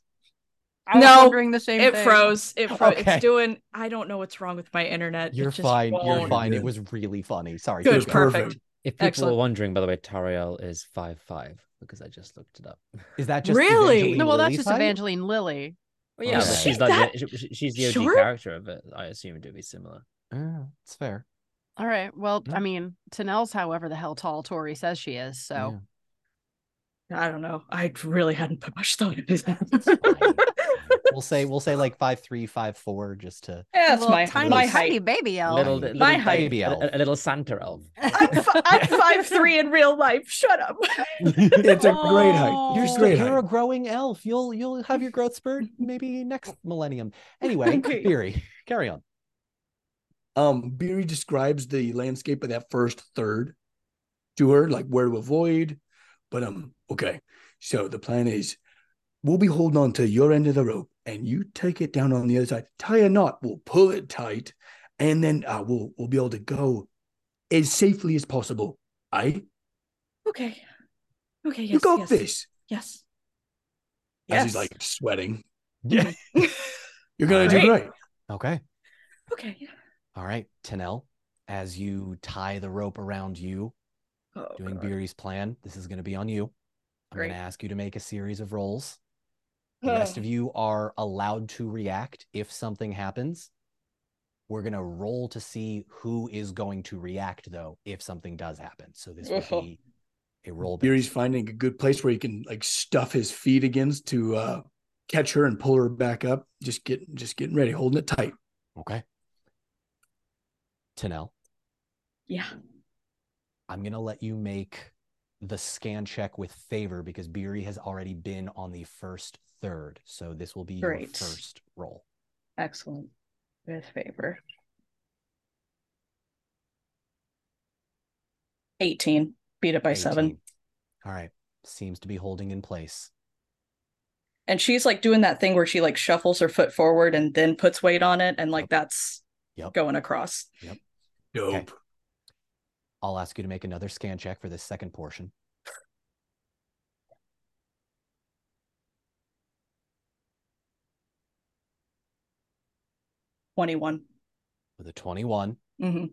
S2: I was
S3: No,
S2: wondering the same
S3: It
S2: thing.
S3: froze. It froze.
S1: Okay.
S3: It's doing. I don't know what's wrong with my internet. It
S1: You're
S3: just
S1: fine. You're
S3: won't.
S1: fine. It
S6: Good.
S1: was really funny. Sorry.
S3: Good.
S6: It was
S1: keep going.
S3: Perfect.
S5: If people
S3: Excellent.
S5: are wondering, by the way, Tariel is five five because I just looked it up.
S1: Is that just
S3: Really?
S1: Evangeline
S2: No, well, that's
S1: Lilly's
S2: just
S1: height?
S2: Evangeline Lilly.
S5: Well, yeah,
S1: Okay.
S5: but
S3: She's
S5: she's like
S3: that
S5: the, she- she- she's the OG
S3: short?
S5: character of it. I assume it would be similar.
S1: Yeah, it's Oh, fair.
S2: All right. Well,
S1: Yeah.
S2: I mean, Tanel's however the hell tall Tori says she is. So
S3: I don't know. I really hadn't put much thought into
S1: It's fine. It's
S3: that.
S1: fine. We'll say we'll say like five three, five four, just to
S3: *laughs* Yeah, that's
S2: Little
S3: my
S2: tiny,
S3: my
S2: tiny
S3: height.
S2: baby elf.
S5: Little,
S1: Tiny.
S5: little
S3: My
S5: ba-
S3: height.
S1: Baby
S5: a-
S1: elf.
S5: a, a little Santa elf.
S3: I'm, fi- I'm five three in real life. Shut up. *laughs*
S6: It's a great height.
S2: Oh.
S1: You're
S6: It's a
S1: still-
S6: great
S1: you're a
S6: height.
S1: growing elf. You'll you'll have your growth
S2: *laughs*
S1: spurt maybe next millennium. Anyway,
S3: Okay.
S1: Beery, carry on.
S6: Um, Beery describes the landscape of that first third to her, like where to avoid. But um, okay. So the plan is we'll be holding on to your end of the rope and you take it down on the other side. Tie a knot, we'll pull it tight, and then uh, we'll we'll be able to go as safely as possible. I
S3: Okay. Okay. Yes,
S6: you got
S3: yes,
S6: this.
S3: Yes.
S6: As he's like sweating.
S1: Yeah.
S3: Mm-hmm.
S6: *laughs* You're gonna do
S3: Great.
S6: great.
S1: Okay.
S3: Okay.
S1: All right, Tanel, as you tie the rope around you,
S3: Oh,
S1: doing
S3: God.
S1: Beery's plan, this is going to be on you. I'm going
S3: Great.
S1: to ask you to make a series of rolls. The rest of you are allowed to react if something happens. We're going to roll to see who is going to react, though, if something does happen. So this would
S3: *laughs*
S4: Oh.
S1: be a roll. based-
S6: Beery's finding a good place where he can like stuff his feet against to uh catch her and pull her back up. Just getting just getting ready, holding it tight.
S1: Okay. Tanel,
S3: Yeah.
S1: I'm going to let you make the scan check with favor because Beery has already been on the first third. So this will be your
S3: Great.
S1: first roll.
S3: Excellent. With favor. Eighteen. Beat it by seven.
S1: 18. All right. Seems to be holding in place.
S3: And she's like doing that thing where she like shuffles her foot forward and then puts weight on it, and like
S1: Yep.
S3: that's
S1: Yep.
S3: going across.
S6: Dope.
S1: Okay. I'll ask you to make another scan check for this second portion.
S3: Twenty one.
S1: With a 21,
S3: Mm-hmm.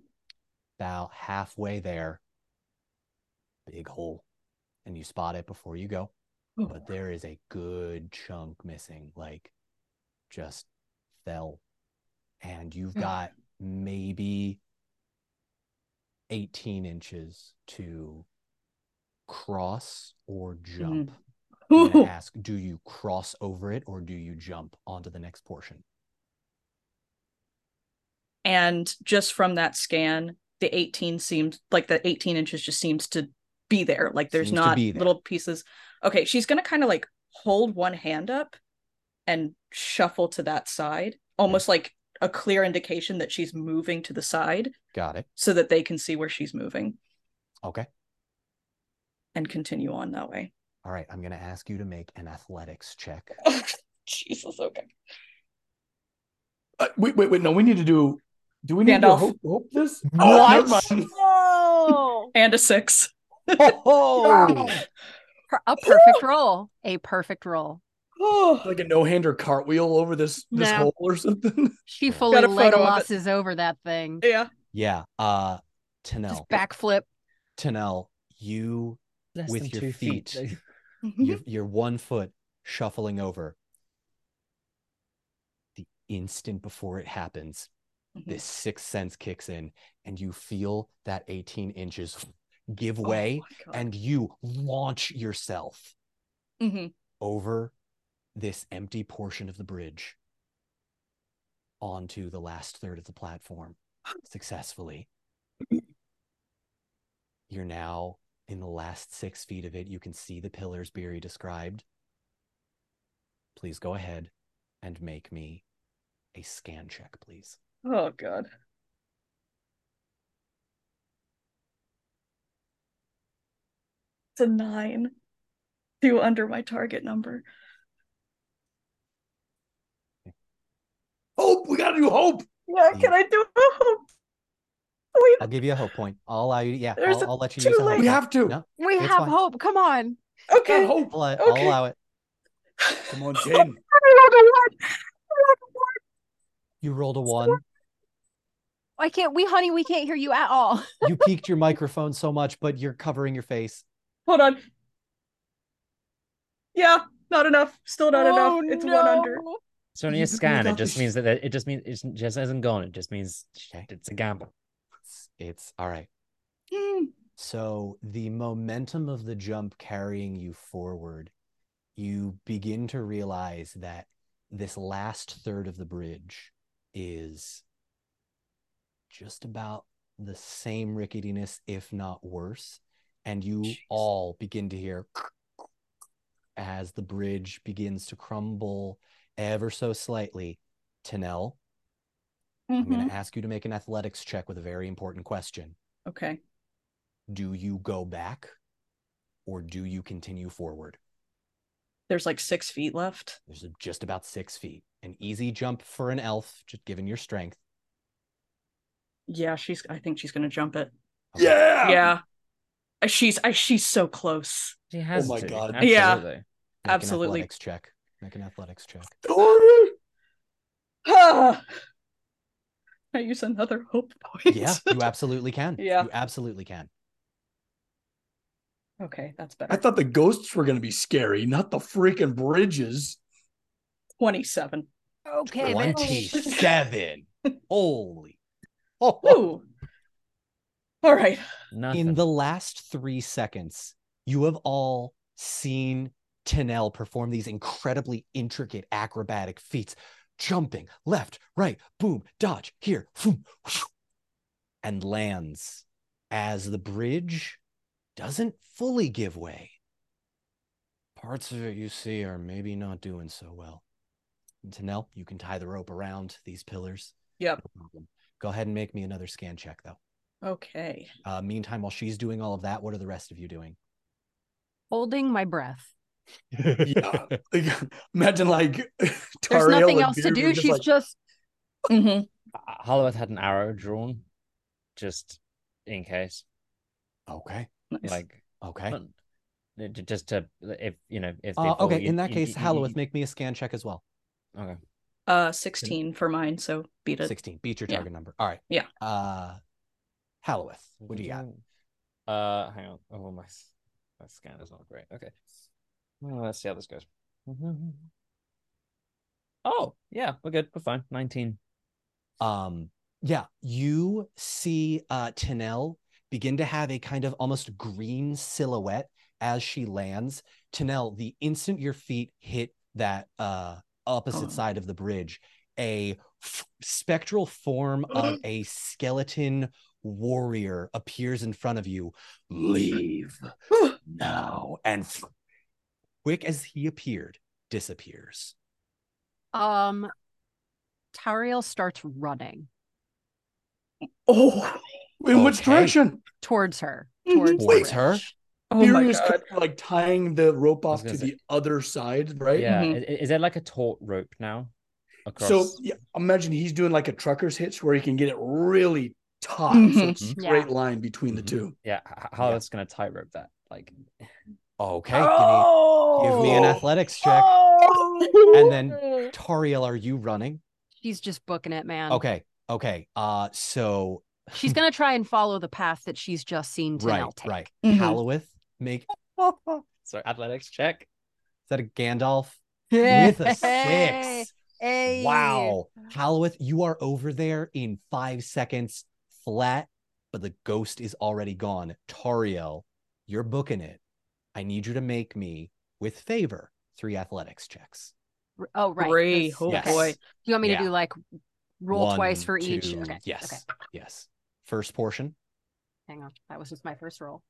S1: about halfway there, big hole. And you spot it before you go. But there is a good chunk missing, like just fell. And you've
S3: Mm.
S1: got maybe 18 inches to cross or jump. I'm gonna ask, do you cross over it or do you jump onto the next portion?
S3: And just from that scan, the 18 seems like the 18 inches just seems to be there. Like there's
S1: Seems to
S3: not
S1: be there.
S3: little pieces. Okay, she's gonna kind of like hold one hand up and shuffle to that side, almost like a clear indication that she's moving to the side
S1: Got it.
S3: so that they can see where she's moving
S1: Okay.
S3: and continue on that way. *laughs*
S1: All right. I'm going to ask you to make an athletics check.
S3: Jesus, okay.
S6: Uh, wait, wait, wait. No, we need to do. Do we need to
S3: Gandalf.
S6: hope, hope this?
S1: What?
S6: Oh, never mind.
S2: *laughs* Oh,
S3: And a six.
S1: Oh,
S2: a perfect roll. A perfect roll.
S6: *laughs*
S1: Oh,
S6: like a no hander cartwheel over this this
S2: No.
S6: hole or something. *laughs*
S2: She
S1: Got
S2: fully
S3: a photo of
S2: Legolas is over that thing.
S3: Yeah.
S1: yeah. Uh, Tanel,
S2: Just backflip.
S1: Tanel, you
S5: Less
S1: With
S5: than
S1: your
S5: two feet.
S1: feet.
S3: Mm-hmm.
S5: *laughs*
S1: your, your one foot shuffling over. The instant before it happens,
S5: Mm-hmm.
S1: this sixth sense kicks in, and you feel that 18 inches
S5: Oh
S3: Oh
S1: give way, and you launch yourself
S3: hmm
S1: over this empty portion of the bridge onto the last third of the platform successfully. You're now in the last six feet of it. You can see the pillars Beery described. Please go ahead and make me a scan check, please.
S3: Oh god. It's a nine. Two under my target number.
S6: Hope we gotta do hope.
S3: Yeah,
S1: Mm.
S3: can I do a hope? Oh,
S1: I'll
S3: Wait,
S1: give you a hope point. I'll allow you. Yeah,
S3: There's
S1: I'll, I'll let you
S3: too
S1: use a hope
S3: late.
S6: We
S1: point.
S6: have to.
S1: No,
S2: We
S1: It's
S2: have
S1: fine.
S2: hope. Come on.
S6: Got
S3: okay. *laughs*
S6: hope.
S1: I'll, I'll
S3: Okay.
S1: allow it.
S6: Come on, Jane.
S1: You rolled a one.
S2: I can't. We, honey, we can't hear you at all.
S1: You peaked your microphone so much, but you're covering your face.
S3: Hold on. Yeah, not enough. Still *laughs* not
S2: Oh,
S3: enough. It's one under.
S2: no.
S5: It's only
S6: You
S5: a
S6: do
S5: scan. It
S6: not
S5: just
S6: dis-
S5: means that it just means it just hasn't gone. It just means
S1: Okay.
S5: it's a gamble.
S1: It's, it's all right.
S3: Hmm.
S1: So the momentum of the jump carrying you forward, you begin to realize that this last third of the bridge is just about the same ricketiness, if not worse. And you
S5: Jeez.
S1: all begin to hear as the bridge begins to crumble ever so slightly. Tanel, I'm going
S3: Mhm.
S1: to ask you to make an athletics check with a very important question.
S3: Okay.
S1: do you go back or do you continue forward?
S3: There's like six feet left.
S1: There's just about six feet. An easy jump for an elf, just given your strength.
S3: Yeah, she's I think she's gonna jump it.
S1: Okay.
S6: *laughs* Yeah.
S3: Yeah. Uh, She's I she's so *sighs* close.
S1: Oh
S5: She has
S6: my
S5: to.
S6: God.
S3: Yeah.
S5: Absolutely.
S1: Make
S3: absolutely.
S1: An athletics check. Make an athletics check.
S6: Dory.
S3: Ah! I use another hope point.
S1: yeah, you absolutely can.
S3: Yeah.
S1: You absolutely can.
S3: *laughs* okay, that's
S6: I
S3: better.
S6: thought the ghosts were gonna be scary, not the freaking bridges.
S3: 27.
S2: Okay. but-
S3: *laughs*
S1: 27. Holy.
S3: Woo! All right.
S5: Nothing. *laughs*
S1: In the last three seconds, you have all seen Tanel perform these incredibly intricate acrobatic feats, jumping left, right, boom, dodge, here, boom, and lands as the bridge doesn't fully give way. Parts of it you see are maybe not doing so well. Tanel, you can tie the rope around these pillars.
S3: Yep.
S1: No problem. Go ahead and make me another scan check, though.
S3: Okay.
S1: Uh, meantime, while she's doing all of that, what are the rest of you doing?
S2: Holding my breath.
S6: yeah. Uh, *laughs* Like, imagine like *laughs*
S2: There's
S6: Tariel
S2: nothing
S6: and
S2: else to
S6: Beard
S2: do.
S6: were just
S2: She's
S6: like,
S2: just
S3: hmm
S5: Holloweth had an arrow drawn, just in case.
S1: Okay.
S3: Nice.
S5: Like
S1: Okay.
S5: not- uh, j- just to if you know if they
S1: Uh,
S5: fall,
S1: okay.
S5: you-
S1: In that
S5: you-
S1: case,
S5: you- you-
S1: Halloweth,
S5: you-
S1: make me a scan check as well.
S5: Okay.
S3: uh 16 for mine, so beat it.
S1: 16. Beat your
S3: yeah.
S1: target number. All right.
S3: Yeah.
S1: Uh, Halloweth, what do you got?
S5: Mm-hmm. Uh, hang on. Oh my, s- my scan is not great. Okay. Well, let's see how this goes. Mm-hmm. Oh yeah, we're good. We're fine. Nineteen.
S1: Um, yeah. You see uh, Tanel begin to have a kind of almost green silhouette as she lands. Tanel, the instant your feet hit that uh, opposite
S3: Oh.
S1: side of the bridge, a f- spectral form of a skeleton warrior appears in front of you. Leave now. And f- quick as he appeared, disappears.
S2: Um, Tariel starts running
S6: Oh, in which
S1: Okay.
S6: direction?
S2: towards her.
S3: Mhm.
S2: Towards, the
S1: Towards her?
S2: witch.
S3: Oh my
S6: Furious
S3: god.
S6: kept, like tying the rope
S5: I was
S6: off
S5: gonna
S6: to
S5: say-
S6: the other side, right?
S5: Yeah.
S3: Mhm.
S5: i- i- Is, there like a taut rope now? Across.
S6: So yeah, imagine he's doing like a trucker's hitch where he can get it really taut. So
S3: Mhm.
S6: it's a
S2: Mhm.
S6: straight line between the
S5: Mm-hmm.
S1: Mhm.
S6: two.
S5: yeah, h- h- how
S1: Yeah.
S5: that's gonna tightrope that? Like,
S1: Okay. give me- Give, me, an
S3: Oh.
S1: athletics check. And
S3: *laughs*
S1: then, Tariel, are you running?
S2: She's just booking it, man.
S1: Okay. Okay. Uh, so
S2: She's gonna try and follow the path that she's just seen to
S1: right,
S2: now take. *laughs*
S1: right.
S2: Mm-hmm.
S3: Mhm.
S1: Hallowith, make is
S5: sorry, athletics check.
S1: that a
S2: *laughs*
S1: Gandalf with a
S2: Hey,
S1: six? Wow. Hallowith, you are over there in five seconds flat, but the ghost is already gone. Tariel, you're booking it. I need you to make me, with favor, three athletics checks.
S2: R- Oh right.
S3: Three.
S2: 'cause-
S3: Oh
S1: Yes.
S3: boy.
S2: Do you want me
S1: Yeah.
S2: to do like roll twice
S1: One,
S2: for each?
S1: two-
S2: Okay.
S1: Yes.
S2: Okay.
S1: Yes. First portion.
S2: Hang on. That was just my first roll.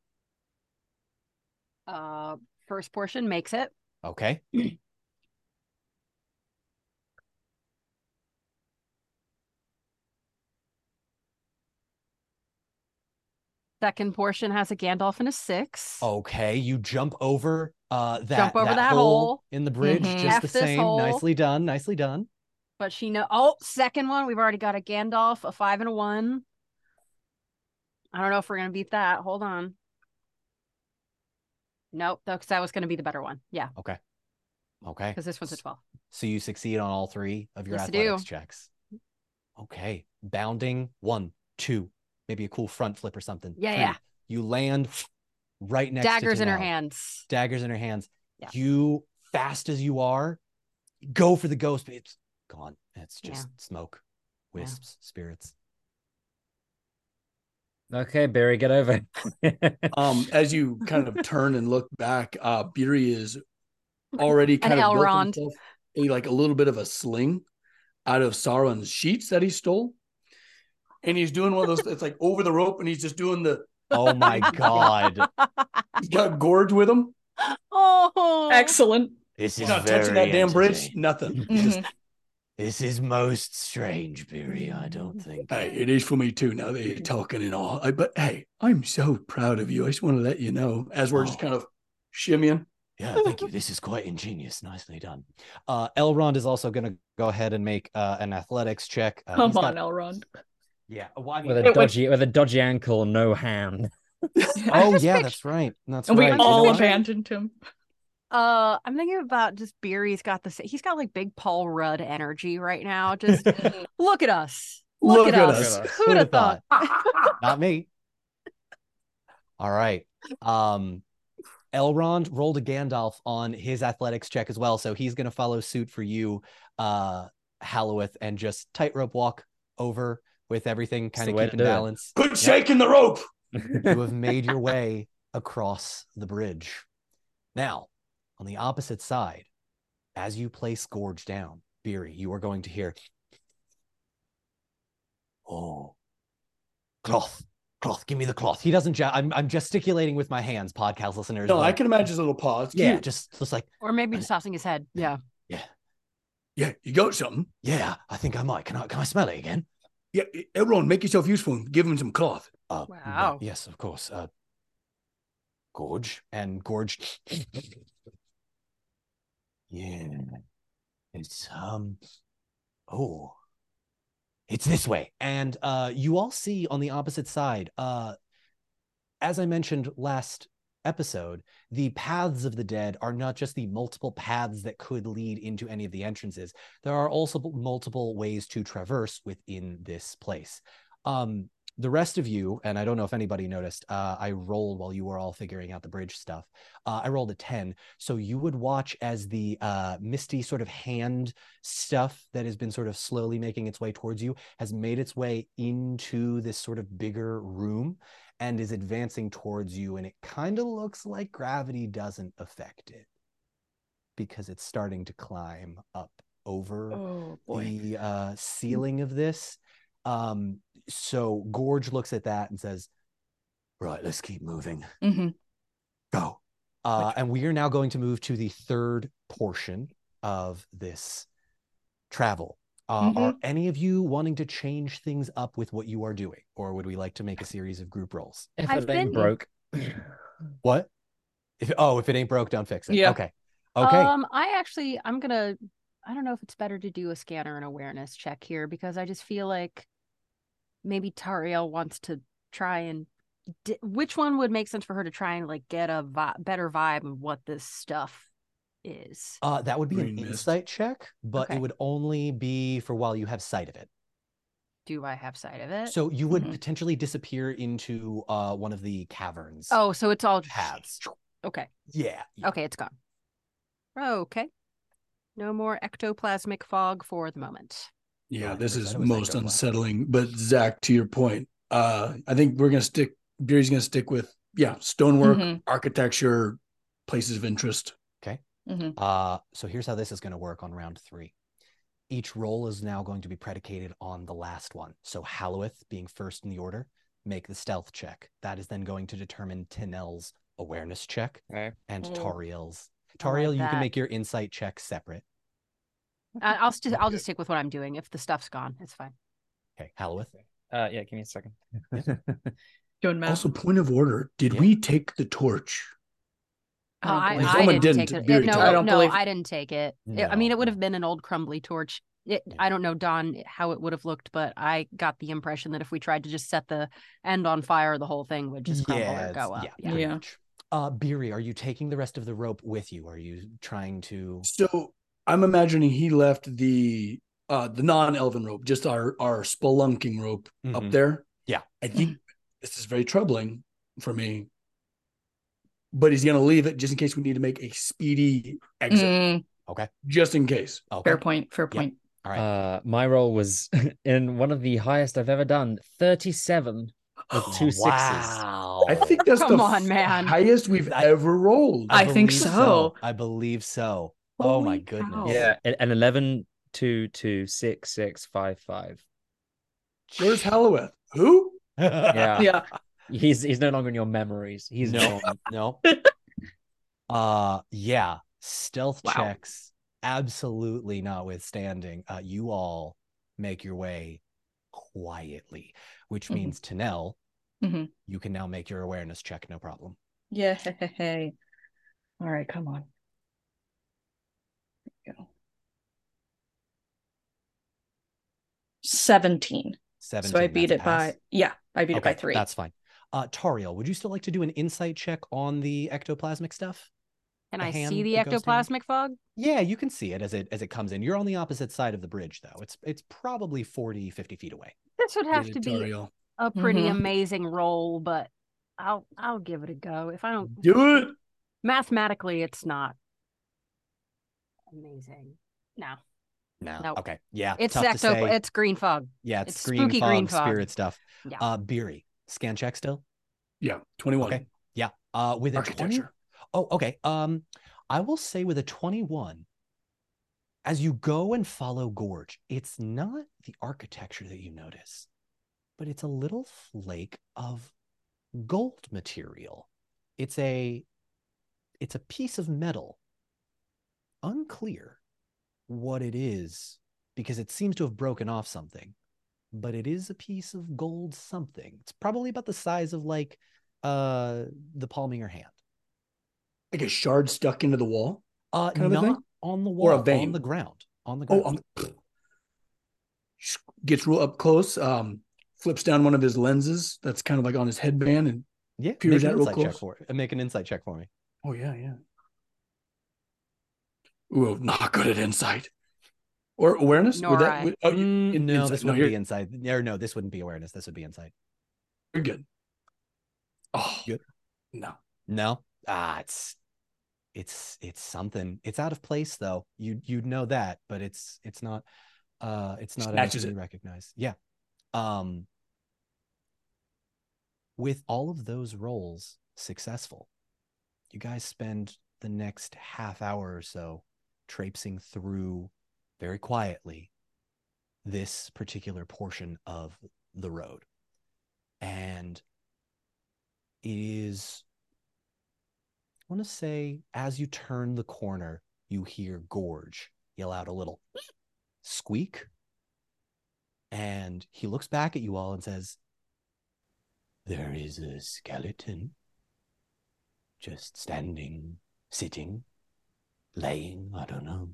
S2: Uh first portion makes it.
S1: Okay.
S2: Second portion has a Gandalf and a six.
S1: Okay. You jump over uh that,
S2: Jump over that hole. Mm-hmm.
S1: in the bridge,
S3: Mhm.
S1: just
S2: F
S1: the
S2: this
S1: same.
S2: hole.
S1: Nicely done. Nicely done.
S2: But she know oh, second one, we've already got a Gandalf, a five and a one. I don't know if we're gonna beat that. Hold on. Nope, because that was gonna be the better one. Yeah,
S1: Okay.
S2: because this one's a
S1: S-
S2: twelve.
S1: So you succeed on all three of your
S2: Yes, I do.
S1: athletics checks. Okay. Bounding one, two, maybe a cool front flip or something.
S2: Yeah,
S1: Three.
S2: yeah.
S1: You land right next to
S2: Daggers in her
S1: Tinel.
S2: hands. *gasps*
S1: Daggers in her hands.
S2: Yeah.
S1: You, fast as you are, go for the ghost, but it's gone. It's
S2: Yeah.
S1: just smoke,
S2: Yeah.
S1: wisps, spirits.
S5: Okay, Barry, get over. it.
S6: Um, as you
S3: *laughs*
S6: kind of turn and look back, uh, Beery is already kind of built
S2: Elrond.
S6: himself a, like a little bit of a sling out of Sauron's sheets that he stole, and he's doing one of those. It's like over the rope, and he's just doing the
S1: Oh
S2: *laughs*
S1: my God.
S6: he's got a gorge with him.
S2: oh,
S3: Excellent.
S1: This
S6: He's
S1: is
S6: not touching that
S1: very
S6: damn bridge.
S1: entertaining.
S3: *laughs*
S6: Nothing.
S3: Mhm.
S1: This is most strange, Beery. I don't think.
S6: Hey, it is for me too. Now that you're talking and all, I, but hey, I'm so proud of you. I just want to let you know as we're just
S1: Oh.
S6: kind of shimmying.
S1: Yeah, thank you. This is quite ingenious. Nicely done. Uh, Elrond is also going to go ahead and make uh, an athletics check. Uh,
S3: Come
S1: he's
S3: on,
S1: not-
S3: Elrond.
S1: Yeah. well, I mean-
S5: with a
S3: It was-
S5: dodgy, with a dodgy ankle, no hand.
S1: oh yeah, that's right. That's
S3: And we
S1: right. You know
S3: all
S1: what?
S3: abandoned him.
S2: Uh, I'm thinking about just Beery's got this. He's got like big Paul Rudd energy right now. *laughs* Just look at us. Look, at, us. Who'd have thought? Ah, *laughs*
S1: Not me. All right. Um, Elrond rolled a Gandalf on his athletics check as well, so he's going to follow suit for you, uh, Halloweth, and just tightrope walk over with everything, kind
S5: the
S1: of
S5: way to
S1: keeping
S5: do it.
S1: balance.
S6: Quit shaking the rope.
S1: you
S6: *laughs*
S1: have made your way across the bridge. Now, on the opposite side, as you place Gorge down, Beery, you are going to hear, oh, cloth, cloth, give me the cloth. He doesn't, ja- I'm, I'm gesticulating with my hands, podcast listeners.
S6: No, I
S1: like,
S6: can imagine his little paw. It's
S1: Yeah,
S6: cute.
S1: just, just like,
S2: Or maybe just tossing his head. Yeah.
S6: Yeah, you got something.
S1: yeah, I think I might. Can I, can I smell it again?
S6: Yeah, e, everyone, make yourself useful and give him some cloth.
S1: Uh, no,
S2: Wow.
S1: yes, of course. Uh, Gorge and Gorge. yeah, it's um. Oh, it's this way, and uh, you all see on the opposite side. Uh, as I mentioned last episode, the paths of the dead are not just the multiple paths that could lead into any of the entrances. There are also multiple ways to traverse within this place. Um, the rest of you, and I don't know if anybody noticed, uh, I rolled while you were all figuring out the bridge stuff. Uh, I rolled a 10. So you would watch as the uh, misty sort of hand stuff that has been sort of slowly making its way towards you has made its way into this sort of bigger room and is advancing towards you. And it kind of looks like gravity doesn't affect it because it's starting to climb up over
S3: Oh
S1: the uh, ceiling of this. Um, so Gorge looks at that and says, "Right, let's keep moving.
S3: hmm
S1: Go." Uh, and we are now going to move to the third portion of this travel. Uh, Are any of you wanting to change things up with what you are doing, or would we like to make a series of group rolls?
S5: If
S2: I've
S5: it ain't
S2: been-
S5: broke.
S1: What? If, oh, if it ain't broke, don't fix it.
S3: Yeah.
S1: Okay. Okay.
S2: Um, I actually, I'm gonna. I don't know if it's better to do a scanner and awareness check here because I just feel like maybe Tariel wants to try and. Di- which one would make sense for her to try and like get a vi- better vibe of what this stuff is?
S1: Uh, that would be an
S6: Green mist.
S1: insight check, but
S2: Okay.
S1: it would only be for while you have sight of it.
S2: Do I have sight of it? Mm-hmm.
S1: So you would
S3: Mhm.
S1: potentially disappear into uh, one of the caverns.
S2: oh, so it's all
S1: paths.
S2: okay.
S1: Yeah. yeah.
S2: Okay, it's gone. Okay, no more ectoplasmic fog for the moment.
S6: Yeah,
S1: Right,
S6: this
S1: right,
S6: is
S1: that was "Oh,
S6: most
S1: ectoplasm.
S6: unsettling. But Zach, to your point, uh, I think we're gonna stick. Beery's gonna stick with yeah, stonework,
S1: Mm-hmm.
S3: Mhm.
S6: architecture, places of interest.
S1: Uh, so here's how this is going to work on round three. Each roll is now going to be predicated on the last one. So Halloweth being first in the order, make the stealth check. That is then going to determine Tinel's awareness check
S4: Okay.
S1: and
S3: Mm.
S1: Tariel's.
S2: I like
S1: Tariel, you
S2: that.
S1: can make your insight check separate.
S2: I- Uh, I'll just I'll just stick with what I'm doing. If the stuff's gone, it's fine.
S1: Okay, Halloweth.
S4: Uh, yeah, give me a second.
S3: Doing math.
S6: Also, point of order: Did
S1: Yeah.
S6: we take the torch?
S2: Oh, I,
S6: believe-
S2: I
S6: Someone
S2: didn't,
S6: didn't,
S2: take it.
S6: did
S2: Yeah, no,
S6: you? I
S4: don't
S2: no,
S4: believe-
S2: I didn't take it. It- I
S1: No,
S2: mean, it would
S1: no.
S2: have been an old crumbly torch. It,
S1: Yeah.
S2: I don't know, Don, how it would have looked, but I got the impression that if we tried to just set the end on fire, the whole thing would just crumble
S1: Yeah,
S2: or
S1: it's-
S2: go up.
S1: yeah,
S2: Yeah.
S1: pretty
S3: Yeah.
S1: much. Uh, Beery, are you taking the rest of the rope with you? Are you trying to?
S6: So I'm imagining he left the uh the non-elven rope, just our our spelunking rope
S1: Mhm.
S6: up there.
S1: Yeah.
S6: I think this is very troubling for me. But he's gonna leave it just in case we need to make a speedy exit,
S3: Mm,
S6: just in case.
S1: Okay.
S3: fair point. Fair point.
S1: All right.
S5: Uh, my roll was *laughs* in one of the highest I've ever done, thirty-seven with
S1: Oh,
S5: two sixes.
S1: Wow.
S6: I think that's
S2: Come
S6: the
S2: on, man.
S6: highest we've ever rolled.
S3: I think
S1: believe
S3: so.
S1: I believe so. *laughs* Oh my
S3: Holy
S1: goodness.
S3: cow.
S5: Yeah, a- an eleven two two six six five five.
S6: Where's Halloweth? Who?
S5: Yeah.
S3: Yeah.
S5: He's he's no longer in your memories. He's
S1: no,
S5: gone.
S3: *laughs*
S1: no. Uh, yeah. Stealth
S3: Wow.
S1: checks, absolutely notwithstanding. Uh, you all make your way quietly, which
S3: Mhm.
S1: means Tanel,
S3: Mhm.
S1: you can now make your awareness check, no problem.
S3: Yeah. Hey, hey, hey. All right, come on. There we go. 17.
S1: 17,
S3: So I
S1: that's
S3: beat
S1: a
S3: it by,
S1: pass.
S3: yeah, I beat it by
S1: Okay,
S3: three. *laughs*
S1: That's fine. Uh, Tariel, would you still like to do an insight check on the ectoplasmic stuff?
S2: Can
S1: A
S2: I
S1: hand
S2: see the
S1: that goes down?
S2: ectoplasmic fog?
S1: Yeah, you can see it as it as it comes in. You're on the opposite side of the bridge though. It's it's probably 40 50 feet away.
S2: This would have to be
S6: Editorial.
S2: a pretty
S1: Mm-hmm.
S3: Mhm.
S2: amazing roll, but I'll I'll give it a go. If I don't
S6: Do it.
S2: mathematically, it's not amazing. No,
S1: No.
S2: Nope.
S1: Okay. Yeah.
S2: it's
S1: tough to say.
S2: ecto. It's green fog.
S1: yeah, it's,
S2: it's
S1: green,
S2: spooky
S1: fog,
S2: green fog.
S1: spirit stuff.
S2: Yeah.
S1: Uh Beery, scan check still?
S6: Yeah, 21.
S1: Okay. Yeah. Uh with a 20.
S6: Architecture.
S1: Oh, okay. Um I will say with a 21 as you go and follow Gorge, it's not the architecture that you notice, but it's a little flake of gold material. It's a it's a piece of metal. Unclear what it is because it seems to have broken off something, but it is a piece of gold something. It's probably about the size of like uh the palm of your hand.
S6: Like a shard stuck into the wall.
S1: Uh
S6: Kind of a
S1: not
S6: thing?
S1: on the
S6: Or a
S1: wall, on
S6: vein?
S1: the ground, on the ground.
S6: Oh, um, gets real up close. Um, flips down one of his lenses that's kind of like on his headband, and
S1: Yeah,
S6: Peter,
S1: make
S6: is
S1: an
S6: that real
S1: insight check
S6: close?
S1: for uh, make an insight check for me.
S6: oh yeah, yeah. Ooh, not good at insight or awareness.
S2: Nor I.
S6: would- oh, you-
S1: Mm,
S6: in-
S1: no,
S6: insight.
S1: this
S6: No,
S1: wouldn't
S6: you're,
S1: be inside. No, no, this wouldn't be awareness. This would be insight.
S6: you're good. Oh,
S1: Good.
S6: no.
S1: No, ah, it's it's it's something. It's out of place though. You you'd know that, but it's it's not. Uh, it's not enough
S6: Snatches
S1: to
S6: it.
S1: be recognized. Yeah. Um. With all of those roles successful, you guys spend the next half hour or so traipsing through very quietly this particular portion of the road. And it is, I want to say, as you turn the corner, you hear Gorge yell out a little squeak. And he looks back at you all and says, There is a skeleton just standing, sitting, laying, I don't know.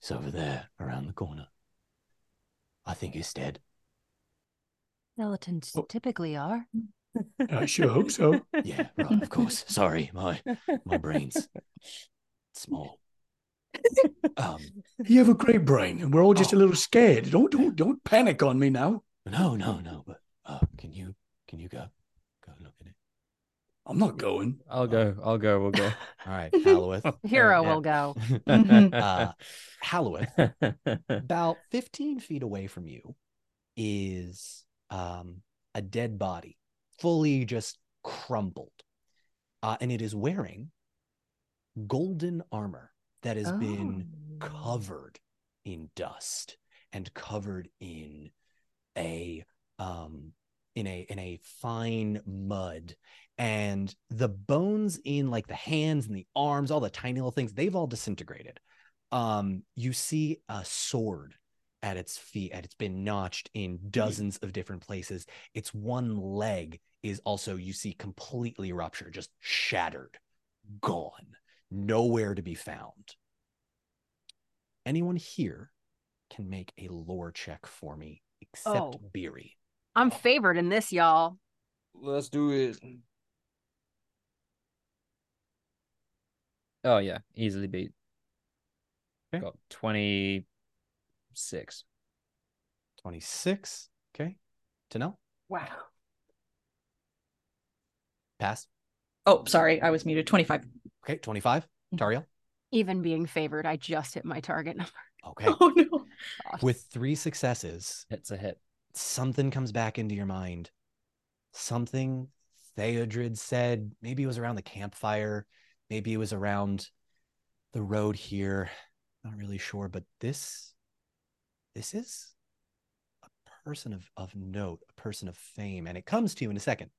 S1: It's over there around the corner. I think it's dead.
S2: Skeletons
S6: Oh.
S2: typically are.
S6: I sure hope so.
S1: Yeah, right, of course. Sorry, my my brain's small. Um,
S6: You have a great brain, and we're all just a little scared. Don't don't don't panic on me now.
S1: no, no, no. But uh, can you can you go go look at it?
S6: I'm not going.
S5: I'll go. I'll go. We'll go.
S1: All
S2: *laughs*
S1: right, Halloweth.
S2: Hero will go.
S1: *laughs*
S5: *laughs*
S3: Mm-hmm.
S1: uh, Halloweth. about 15 feet away from you is um, a dead body, fully just crumpled. Uh, and it is wearing golden armor that has been
S2: Oh.
S1: covered in dust and covered in a um in a in a fine mud and the bones in like the hands and the arms all the tiny little things they've all disintegrated um you see a sword at its feet and it's been notched in dozens of different places its one leg is also you see completely ruptured just shattered gone nowhere to be found anyone here can make a lore check for me except
S2: Oh.
S1: Beery.
S2: I'm favored in this, y'all.
S4: Let's do it.
S5: oh yeah, easily beat.
S1: Okay.
S5: Got twenty six.
S1: 26. Okay. Tanel,
S2: Wow.
S1: pass.
S3: Oh, sorry, I was muted. 25.
S1: Okay. 25. Tariel.
S2: Even being favored, I just hit my target number. *laughs*
S1: Okay.
S3: *laughs* Oh no.
S2: God.
S1: With three successes,
S5: Hits a hit.
S1: something comes back into your mind. Something Theodred said. Maybe it was around the campfire. Maybe it was around the road here. Not really sure, but this this is a person of, of note, a person of fame, and it comes to you in a second.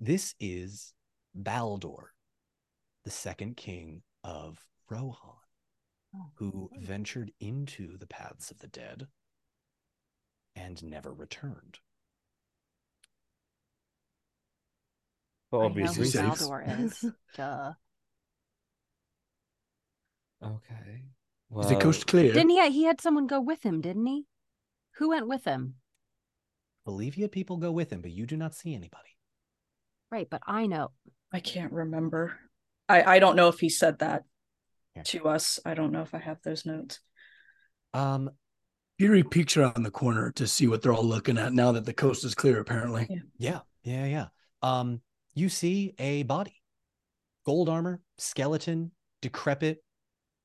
S1: This is Baldur, the second king of Rohan,
S2: Oh.
S1: who
S2: Hmm.
S1: ventured into the paths of the dead and never returned.
S5: For
S2: I
S5: obvious
S6: who
S2: know who
S5: reasons.
S6: reasons.
S2: Saldor *laughs* is. Duh.
S5: Okay.
S6: Is the coast clear?
S2: Didn't he? He had someone go with him, didn't he? Who went with him?
S1: Believe you, people go with him, but you do not see anybody.
S2: Right, but I know.
S3: I can't remember. I, I don't know if he said that
S1: Yeah.
S3: to us. I don't know if I have those notes. *gasps*
S1: Um,
S6: Fury peeks around the corner to see what they're all looking at now that the coast is clear, apparently.
S1: yeah, yeah, yeah. Um, you see a body, gold armor, skeleton, decrepit,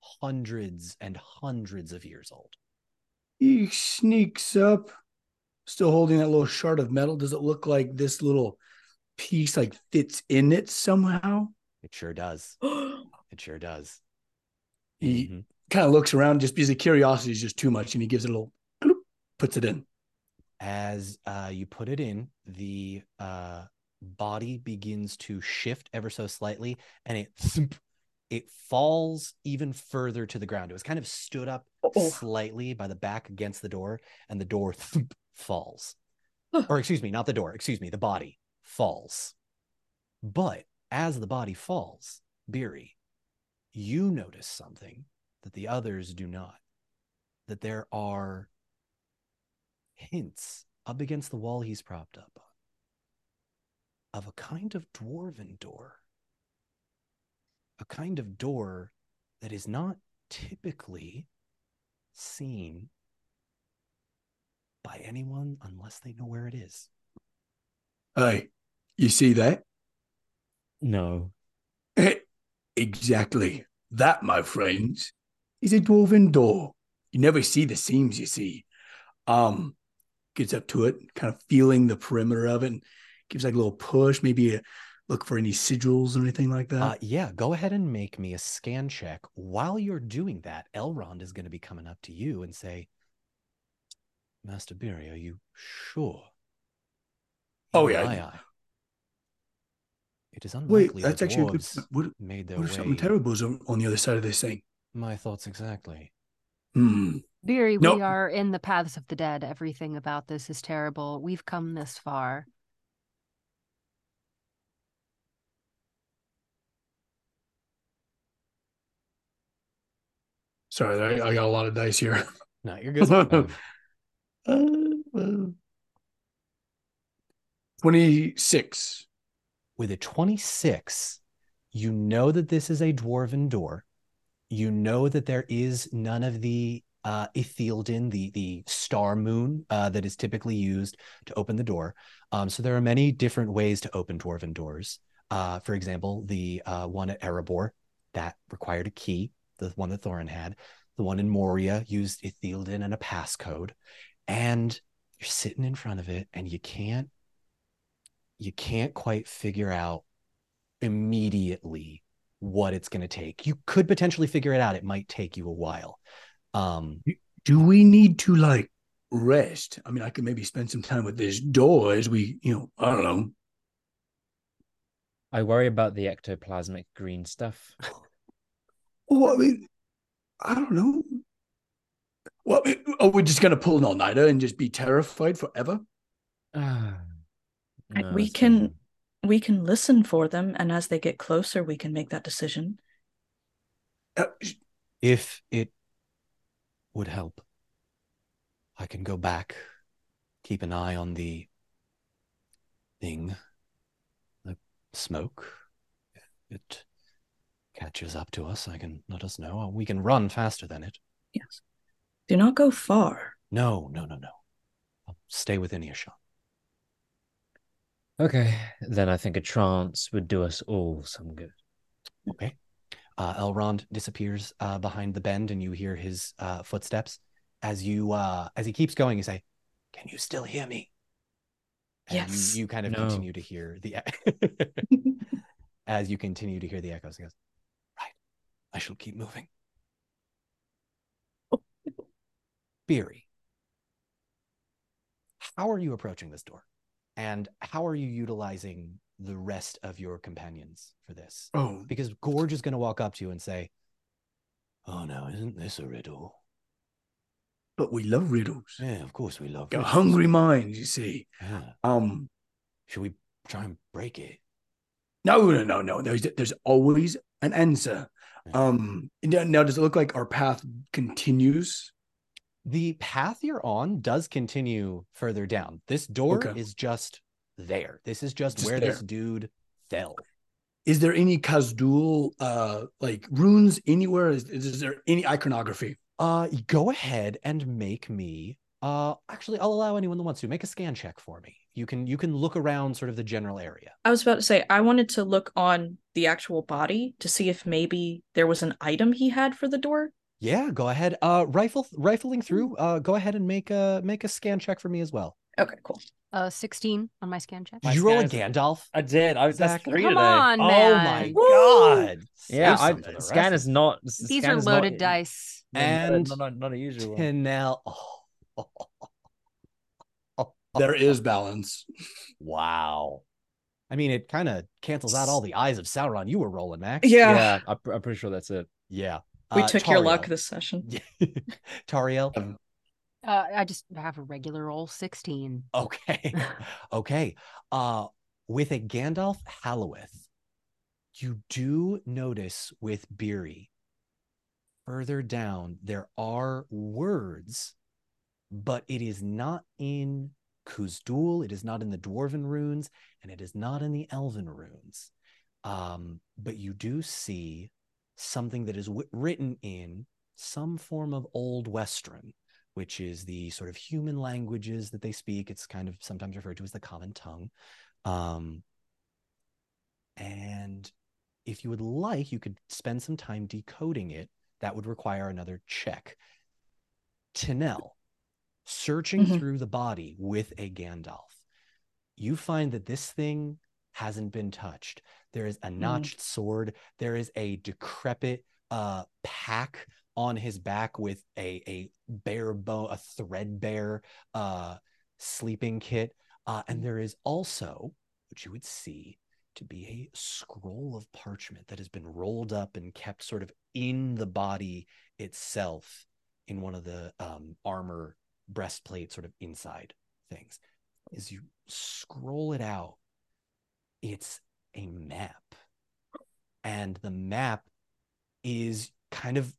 S1: hundreds and hundreds of years old.
S6: He sneaks up, still holding that little shard of metal. Does it look like this little piece like fits in it somehow?
S1: It sure does. It sure does. Mm-hmm.
S6: He kind of looks around just because the curiosity is just too much and he gives it a little gloop, puts it in.
S1: As uh, you put it in, the uh, body begins to shift ever so slightly, and it thump, it falls even further to the ground. It was kind of stood up
S3: Oh,
S1: slightly by the back against the door, and the door thump, falls.
S3: Huh.
S1: or excuse me, not the door. Excuse me, the body falls. But as the body falls, Beery, you notice something that the others do not. That there are hints up against the wall he's propped up on of a kind of dwarven door. A kind of door that is not typically seen by anyone unless they know where it is.
S6: Hey, you see that? Eh,
S5: No.
S6: exactly. That, my friends, is a dwarven door. You never see the seams, you see. Um, gets up to it, kind of feeling the perimeter of it, and gives like a little push, maybe a look for any sigils or anything like that?
S1: Uh, yeah, go ahead and make me a scan check. While you're doing that, Elrond is going to be coming up to you and say, Master Beery, are you sure?
S6: Oh,
S1: In
S6: yeah.
S1: my eye, It is unlikely
S6: Wait,
S1: that
S6: that's actually a good.
S1: dwarves
S6: What,
S1: made their
S6: what if something
S1: way.
S6: terrible is on on the other side of this thing?
S1: My thoughts exactly.
S6: Hmm.
S2: Beery,
S6: Nope.
S2: we are in the paths of the dead. Everything about this is terrible. We've come this far.
S6: Sorry, I, I got a lot of dice here. *laughs* Uh,
S1: No, you're good. Um,
S6: Twenty six.
S1: with a 26, you know that this is a dwarven door. You know that there is none of the uh, Ithildin, the the star moon uh, that is typically used to open the door. Um, so there are many different ways to open dwarven doors. Uh, for example, the uh, one at Erebor that required a key, the one that Thorin had, the one in Moria used Ithildin and a passcode, and you're sitting in front of it and you can't you can't quite figure out immediately what it's going to take. You could potentially figure it out. It might take you a while. Um,
S6: Do we need to like rest? I mean, I could maybe spend some time with this door as we, you know, I don't know.
S5: I worry about the ectoplasmic green stuff.
S2: *sighs*
S6: Well, I mean, I don't know. Well, I mean, are we just gonna pull an all nighter and just be terrified forever?
S5: Ah,
S3: I-
S5: no,
S3: we
S5: it's
S3: can-
S5: fine.
S3: We can listen for them, and as they get closer, we can make that decision.
S6: Uh, sh-
S1: if it would help, I can go back, keep an eye on the thing, the smoke. If it catches up to us, I can let us know. We can run faster than it.
S3: Yes. Do not go far.
S1: No, no, no, no. I'll stay within earshot.
S5: Okay, then I think a trance would do us all some good.
S1: Okay. Uh, Elrond disappears uh, behind the bend, and you hear his uh, footsteps as you uh, as he keeps going. You say, "Can you still hear me?" And
S3: Yes.
S1: You, you kind of
S5: No.
S1: continue to hear the e-, *laughs* as you continue to hear the echoes. He goes, "Right, I shall keep moving." Beery, how are you approaching this door, and how are you utilizing the rest of your companions for this?
S6: Oh,
S1: because Gorge is going to walk up to you and say, "Oh no, isn't this a riddle?"
S6: but we love riddles.
S1: Yeah, of course we love.
S6: Got
S1: riddles.
S6: hungry minds, you see.
S1: Yeah.
S6: Um,
S1: Should we try and break it?
S6: no, no, no, no. There's there's always an answer.
S1: Yeah.
S6: Um, now, now does it look like our path continues?
S1: The path you're on does continue further down. This door
S6: Okay.
S1: is just there. This is just,
S6: Just
S1: where this
S6: there.
S1: dude fell.
S6: Is there any Kazdul uh like runes anywhere? Is, is there any iconography?
S1: Uh, go ahead and make me. Uh, actually, I'll allow anyone that wants to make a scan check for me. You can you can look around sort of the general area.
S3: I was about to say, I wanted to look on the actual body to see if maybe there was an item he had for the door.
S1: Yeah, go ahead. Uh, rifle rifling through. Uh, go ahead and make a make a scan check for me as well.
S3: Okay, cool.
S2: Uh, 16 on my scan check.
S1: Did
S4: My
S1: you roll a
S4: scan
S1: Gandalf?
S4: I did. I was that's
S1: Exactly.
S4: three
S2: Come
S4: today.
S2: on, man.
S1: Oh my god. Save
S4: Yeah,
S1: some
S4: I,
S1: for the rest
S4: scan
S1: of
S4: is
S1: it.
S4: not. s-
S2: These
S4: scan
S2: are
S4: is not-
S2: loaded dice.
S1: And
S4: not, not, not a usual one.
S1: Canal. Oh.
S6: There is balance.
S1: Wow. I mean, it kind of cancels out all the eyes of Sauron you were rolling, Max.
S3: Yeah.
S2: *sighs*
S4: Yeah, I'm, pr- I'm pretty sure that's it.
S1: Yeah.
S3: We
S1: Uh,
S3: took your luck
S1: Tariel.
S3: this session.
S1: *laughs* Tariel.
S2: Uh, I just have a regular roll 16.
S1: Okay. *laughs* okay. Uh with a Gandalf Halloweth, you do notice with Beery further down there are words, but it is not in Kuzdul, it is not in the Dwarven runes, and it is not in the Elven runes. Um, but you do see something that is w- written in some form of Old Western which is the sort of human languages that they speak. It's kind of sometimes referred to as the common tongue. Um, and if you would like, you could spend some time decoding it. That would require another check. Tinel, searching
S3: Mhm.
S1: through the body with a Gandalf, you find that this thing hasn't been touched. There is a notched sword. There is a decrepit uh, pack on his back with a a bare bone, a threadbare uh, sleeping kit, uh, and there is also what you would see to be a scroll of parchment that has been rolled up and kept sort of in the body itself in one of the um, armor breastplate sort of inside things. As you scroll it out, it's a map. And the map is kind of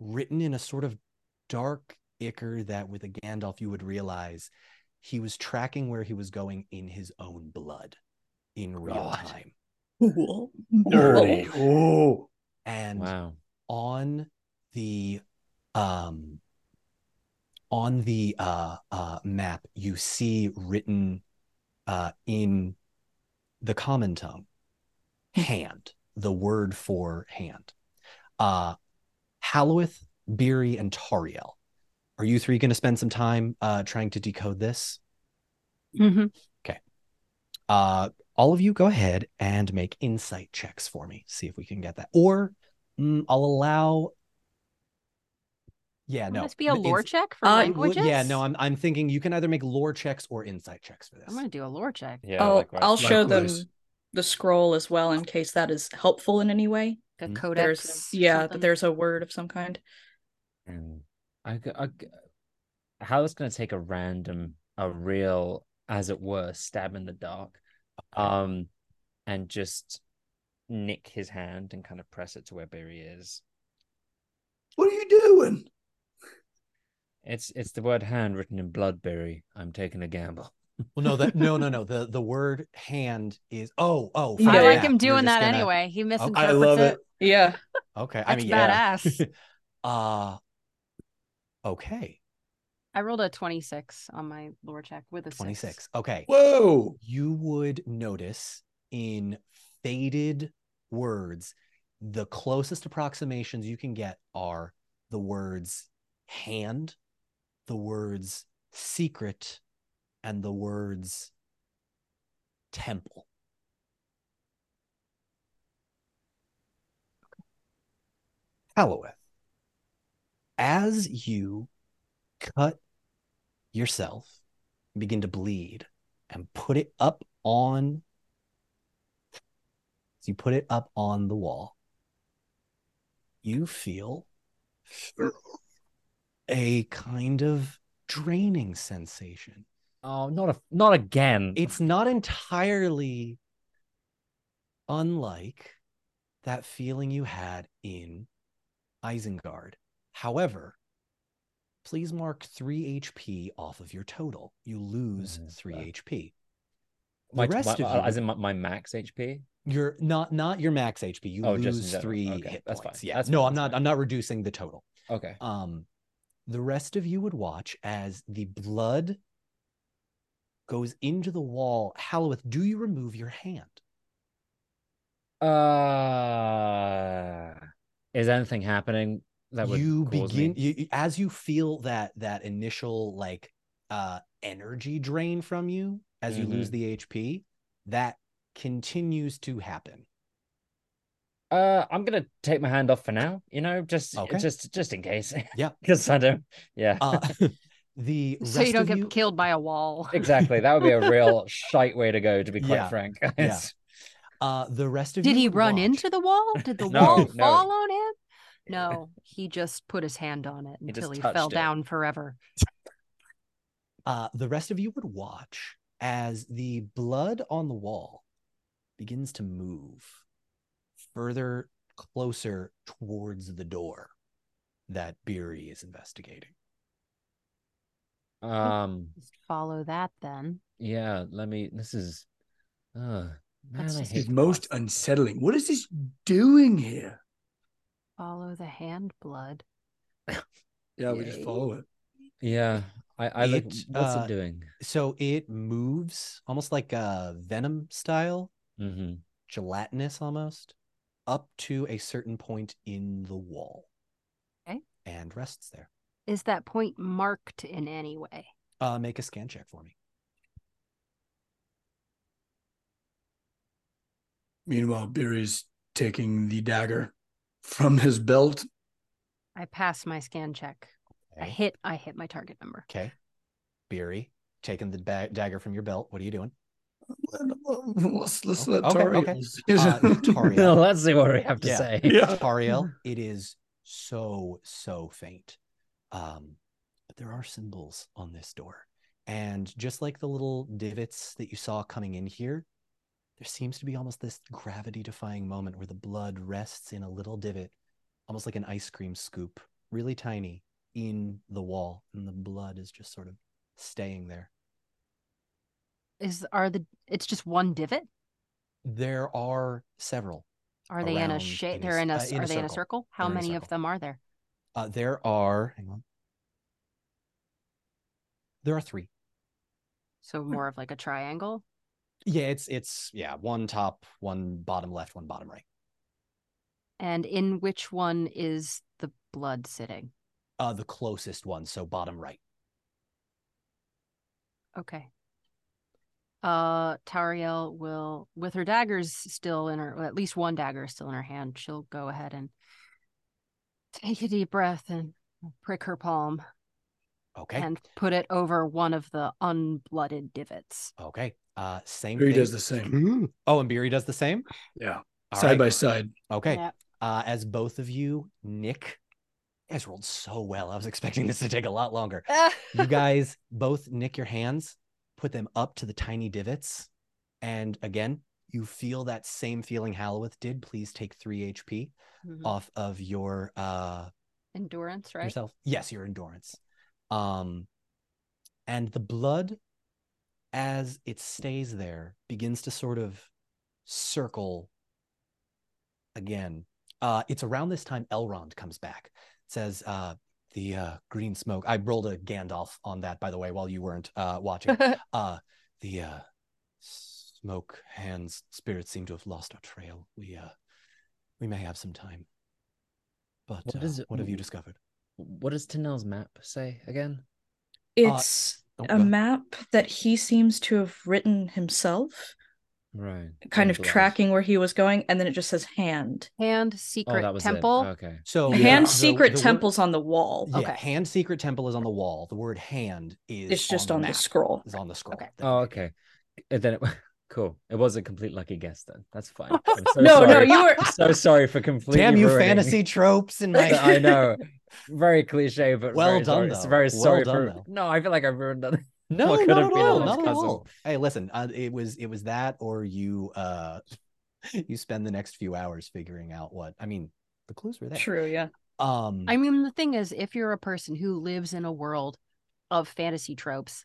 S1: written in a sort of dark ichor that with a Gandalf you would realize he was tracking where he was going in his own blood in real
S6: God.
S1: time.
S3: Cool.
S6: Dirty. Oh,
S1: And
S5: Wow.
S1: on the um on the uh uh map you see written uh in the common tongue hand the word for hand uh Halloweth, Beery, and Tariel. Are you three going to spend some time uh trying to decode this?
S3: Mm-hmm.
S2: Mhm.
S1: Uh, all of you go ahead and make insight checks for me. See if we can get that. Or mm, I'll allow. Yeah,
S2: Would
S1: no.
S2: this be a
S1: the
S2: lore
S1: ins-
S2: check for
S3: Uh,
S1: Well,
S2: languages?
S1: Yeah, no. I'm I'm thinking you can either make lore checks or insight checks for this.
S2: I'm gonna do a lore check.
S4: Yeah,
S3: I'll,
S4: likewise.
S3: I'll show them
S6: Likewise.
S3: the scroll as well in case that is helpful in any way.
S2: A
S1: Mm.
S2: codex.
S3: There's yeah,
S2: something.
S3: there's a word of some kind.
S5: And I, g- I g- how it's going to take a random, a real, as it were, stab in the dark, um, and just nick his hand and kind of press it to where Barry is.
S6: what are you doing?
S5: It's it's the word hand written in blood, Barry. I'm taking a gamble.
S1: Well, no, that no, no, no. The
S2: *laughs*
S1: the word hand is oh oh.
S3: Yeah,
S2: I
S1: fuck
S2: like
S1: yeah,
S2: him
S1: you're just
S2: doing that
S1: gonna-
S2: anyway. He misinterprets
S6: I love it.
S3: Yeah.
S1: Okay, I
S2: That's
S1: mean yeah.
S2: badass.
S1: Uh okay,
S2: I rolled a 26 on my lore check with a six.
S1: twenty six. Okay,
S6: Whoa.
S1: you would notice in faded words, the closest approximations you can get are the words hand, the words secret, and the words temple. Halloweth, as you cut yourself, begin to bleed, and put it up on so you put it up on the wall you feel a kind of draining sensation
S5: Oh, not a not again.
S1: it's not entirely unlike that feeling you had in Isengard. However, please mark 3 HP off of your total. You lose
S5: Mm,
S1: 3
S5: fuck.
S1: HP. The
S5: my, uh,
S1: rest
S5: my-
S1: of you,
S5: as in my, my max HP.
S1: You're not not your max HP. You
S5: Oh, just in
S1: lose
S5: general.
S1: three
S5: Okay,
S1: hit
S5: that's
S1: points.
S5: fine.
S1: Yeah.
S5: That's
S1: no,
S5: fine,
S1: I'm
S5: that's
S1: not.
S5: fine.
S1: I'm not reducing the total.
S5: Okay.
S1: Um, the rest of you would watch as the blood goes into the wall. Halloweth, do you remove your hand?
S5: Uh, is anything happening that would
S1: you
S5: cause
S1: begin
S5: me?
S1: you, you- as you feel that that initial like uh energy drain from you as you
S5: Mm-hmm.
S1: lose the HP. That continues to
S5: *laughs*
S1: happen.
S5: Uh, I'm gonna take my hand off for now. You know, just
S1: Okay.
S5: just just in case. *laughs*
S1: Yeah.
S5: because I don't. Yeah,
S1: Uh, *laughs* the rest
S2: So you don't
S1: of
S2: get
S1: you,
S2: killed by a wall.
S4: *laughs*
S5: exactly. That would be
S1: *laughs*
S5: a real shite way to go. To be quite
S1: Yeah.
S4: *laughs*
S5: frank. It's-
S1: uh, the rest of
S2: Did
S1: you
S2: he
S1: would
S2: run
S1: watch-
S2: into the wall?
S1: *laughs*
S2: Did the
S5: No,
S2: wall
S5: no.
S2: fall on him? No, he just put his hand on it
S5: just
S2: until he,
S5: touched
S2: fell
S5: it.
S2: down forever.
S1: Uh, the rest of you would watch as the blood on the wall begins to move further closer towards the door that Beery is investigating.
S5: Um.
S2: Just follow that then.
S5: Yeah. Let me. This is. Uh, man,
S2: That's
S5: I
S2: just-
S5: hate
S6: It's most
S5: glass.
S6: unsettling. What is this doing here?
S2: Follow the hand blood.
S6: Yeah, we just follow it.
S5: Yeah. I. I like.
S1: It,
S5: What's
S1: uh,
S5: it doing?
S1: So it moves almost like a venom style,
S5: Mm-hmm.
S1: *laughs* gelatinous almost, up to a certain point in the wall.
S2: Okay.
S1: And rests there.
S2: Is that point marked in any way?
S1: Uh, make a scan check for me.
S6: Meanwhile, Beery's taking the dagger from
S1: *laughs*
S6: his belt.
S2: I pass my scan check. I
S1: Okay.
S2: hit. I hit my target number.
S1: Okay. Beery, taking the ba- dagger from your belt. What are you doing?
S6: Let's, let's let
S1: Okay,
S6: Tari.
S1: okay. Uh, Tariel.
S4: *laughs* Let's see what we have to
S1: Yeah.
S4: say.
S6: *laughs* yeah.
S1: Tariel, it is so, so faint. Um, but there are symbols on this door. And just like the little divots that you saw coming in here, there seems to be almost this gravity defying moment where the blood rests in a little divot, almost like an ice cream scoop, really tiny, in the wall. And the blood is just sort of staying there.
S2: Is are the? It's just one divot.
S1: There are several.
S2: Are they in a
S1: Around
S2: shape?
S1: in a
S2: They're
S1: s-
S2: in a.
S1: uh,
S2: s-
S1: in a
S2: are they in a
S1: circle.
S2: circle? How
S1: They're in a
S2: many of
S1: circle.
S2: them are there?
S1: Uh, there are, hang on. There are three. *laughs*
S2: So more of like a triangle.
S1: Yeah, it's it's yeah, one top, one bottom left, one bottom right.
S2: And in which one is the blood sitting?
S1: Uh the closest one, so bottom right.
S2: Okay. Uh, Tariel will, with her daggers still in her, well, at least one dagger is still in her hand, she'll go ahead and take a deep breath and prick her palm
S1: Okay.
S2: and put it over one of the unblooded divots.
S1: okay. Uh same
S6: Beery
S1: thing.
S6: does the same.
S1: *clears throat* Oh, and Beery does the same?
S6: Yeah.
S1: All
S6: side
S1: right.
S6: by side.
S1: Okay.
S2: Yeah.
S1: Uh as both of you, Nick you guys rolled so well. I was expecting this to take a lot longer. you guys both nick your hands, put them up to the tiny divots, and again, you feel that same feeling Hallowith did. Please take three HP
S2: Mhm.
S1: off of your uh
S2: Endurance, right?
S1: yourself yes your endurance um and the blood as it stays there begins to sort of circle again uh it's around this time elrond comes back says uh the uh green smoke i rolled a gandalf on that by the way while you weren't uh
S2: *laughs*
S1: watching uh the uh smoke hands spirits seem to have lost our trail we uh we may have some time but
S4: What
S1: uh,
S4: is it-
S1: what have you discovered
S4: What does Tanel's map say again?
S3: It's
S1: Oh,
S3: a
S1: go-
S3: map that he seems to have written himself,
S4: Right.
S3: kind
S4: Oh,
S3: of
S4: blood.
S3: tracking where he was going, and then it just says hand.
S2: Hand
S4: Oh,
S2: secret
S4: that was
S2: temple.
S4: It. Okay.
S1: so
S6: Yeah.
S3: Hand
S1: the-
S3: secret
S1: Oh, the word-
S3: temple's on the wall.
S1: yeah,
S2: Okay.
S1: hand secret temple is on the wall the word hand is
S3: It's just on the
S1: map,
S3: scroll.
S1: is on the scroll
S2: Okay.
S1: that
S4: Oh,
S1: you made.
S4: okay. And then it *laughs* cool. It was a complete lucky guess then. That's
S1: *laughs*
S4: fine. I'm so
S3: no, no,
S4: sorry.
S3: you were.
S4: I'm so sorry for completely.
S1: damn you
S4: ruining- *laughs*
S1: fantasy tropes and my
S4: I know. Very cliche, but
S1: Well
S4: very
S1: done,
S4: sorry. It's
S1: though.
S4: very
S1: Well
S4: sorry
S1: done,
S4: for.
S1: though.
S4: No, I feel like I ruined that.
S1: *laughs* no
S4: What could
S1: not
S4: have
S1: at
S4: been a
S1: all
S4: lost
S1: not at
S4: puzzle?
S1: all hey listen uh, it was it was that or you uh *laughs* you spend the next few hours figuring out what i mean the clues were there
S3: True, yeah.
S1: um
S2: I mean, the thing is, if you're a person who lives in a world of fantasy tropes,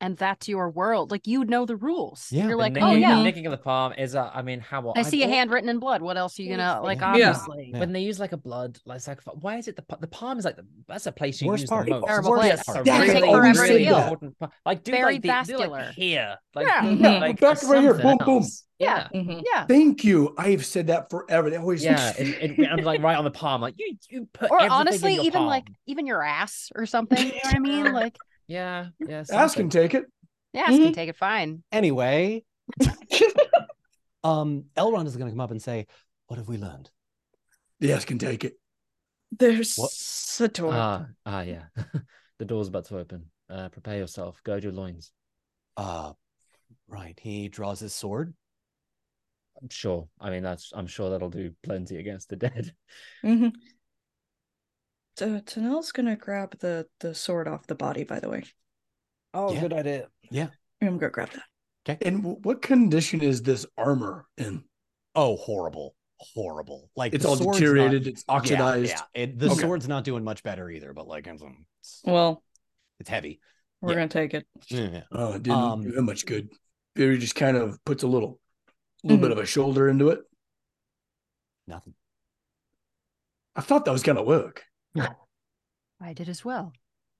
S2: and that's your world, like you know the rules.
S1: Yeah.
S2: You're
S1: And
S2: like,
S4: The
S2: oh
S4: nicking-
S2: yeah,
S4: the nicking of the palm is. Uh, I mean, how?
S2: I see a
S4: I've al-
S2: hand written in blood. What else are you gonna
S4: Always
S2: like?
S4: think-
S3: Yeah.
S2: Obviously,
S1: Yeah.
S4: When they use like a blood, like sacrifice, why is it the pa- the palm is like the that's a place you
S1: Worst
S4: use
S1: part.
S4: the most.
S2: Terrible
S1: Worst
S2: place.
S1: part.
S4: That's
S2: That
S4: a
S2: is
S4: really,
S2: all
S4: really,
S2: really ill.
S4: important part. Like do
S2: Very
S4: like the, do
S2: vascular.
S4: like here, like,
S2: Yeah.
S4: do,
S3: Mhm.
S4: like
S6: Back right here. Boom,
S4: something
S6: boom.
S4: else.
S2: Yeah.
S4: yeah.
S3: Mhm.
S2: yeah,
S6: Thank you. I've said that forever. They always
S4: Yeah, it, it, I'm like right on the palm. Like you, you put.
S2: or
S4: everything in
S2: honestly,
S4: your
S2: even like
S4: palm.
S2: even your ass or something. You know what I *laughs* mean? Like,
S4: yeah, yeah.
S6: ask and
S4: something.
S6: take it.
S2: yeah, ass can take it fine.
S3: *laughs*
S1: anyway um elrond is going to come up and say what have we learned
S6: The ass can take it.
S3: There's
S1: What?
S3: a door.
S4: Ah, ah, yeah. *laughs* the door's about to open. Uh, prepare yourself. Gird your loins.
S1: uh right he draws his sword
S4: I'm sure. I mean, that's. I'm sure that'll do plenty against the dead.
S3: hmm So Tanel's gonna grab the the sword off the body. By the way,
S4: Oh,
S1: Yeah.
S4: good idea.
S3: I'm gonna grab that.
S6: And w- what condition is this armor in?
S1: oh horrible horrible like
S6: It's
S1: the
S6: all
S1: sword's not-
S6: deteriorated. it's
S1: Yeah,
S6: oxidized.
S1: yeah, It, the
S6: Okay.
S1: sword's not doing much better either but like it's, it's,
S3: Well,
S1: it's heavy
S3: we're
S1: Yeah.
S3: gonna take it.
S1: yeah.
S6: Oh, it didn't
S1: Um,
S6: do him much good. Barry just kind of puts a little,
S3: Mhm.
S6: little bit
S1: Mm-hmm.
S6: of a shoulder into it.
S1: nothing
S6: I thought that was gonna work.
S2: I did as well.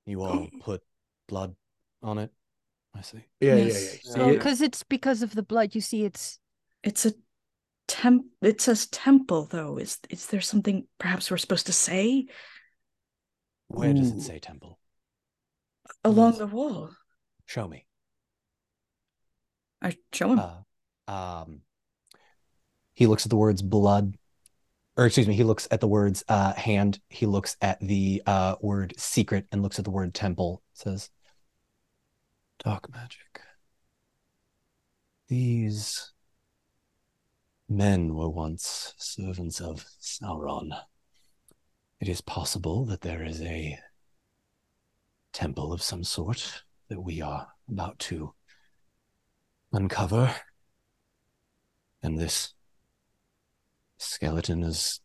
S1: you
S6: *gasps*
S1: all put blood on it i see
S6: Yeah,
S3: Yes.
S6: yeah, yeah.
S2: Well,
S6: See, it-
S2: because it's because of the blood. You see, it's
S3: It's a temp. It says temple, though. Is is there something perhaps we're supposed to say
S1: where does
S6: Ooh.
S1: it say temple
S3: along
S1: Yes.
S3: the wall?
S1: show me Ah.
S3: I show him.
S1: uh, um He looks at the words blood, or excuse me, he looks at the words uh, hand. He looks at the uh, word secret and looks at the word temple. Says, dark magic. These men were once servants of Sauron. It is possible that there is a temple of some sort that we are about to uncover. And this skeleton is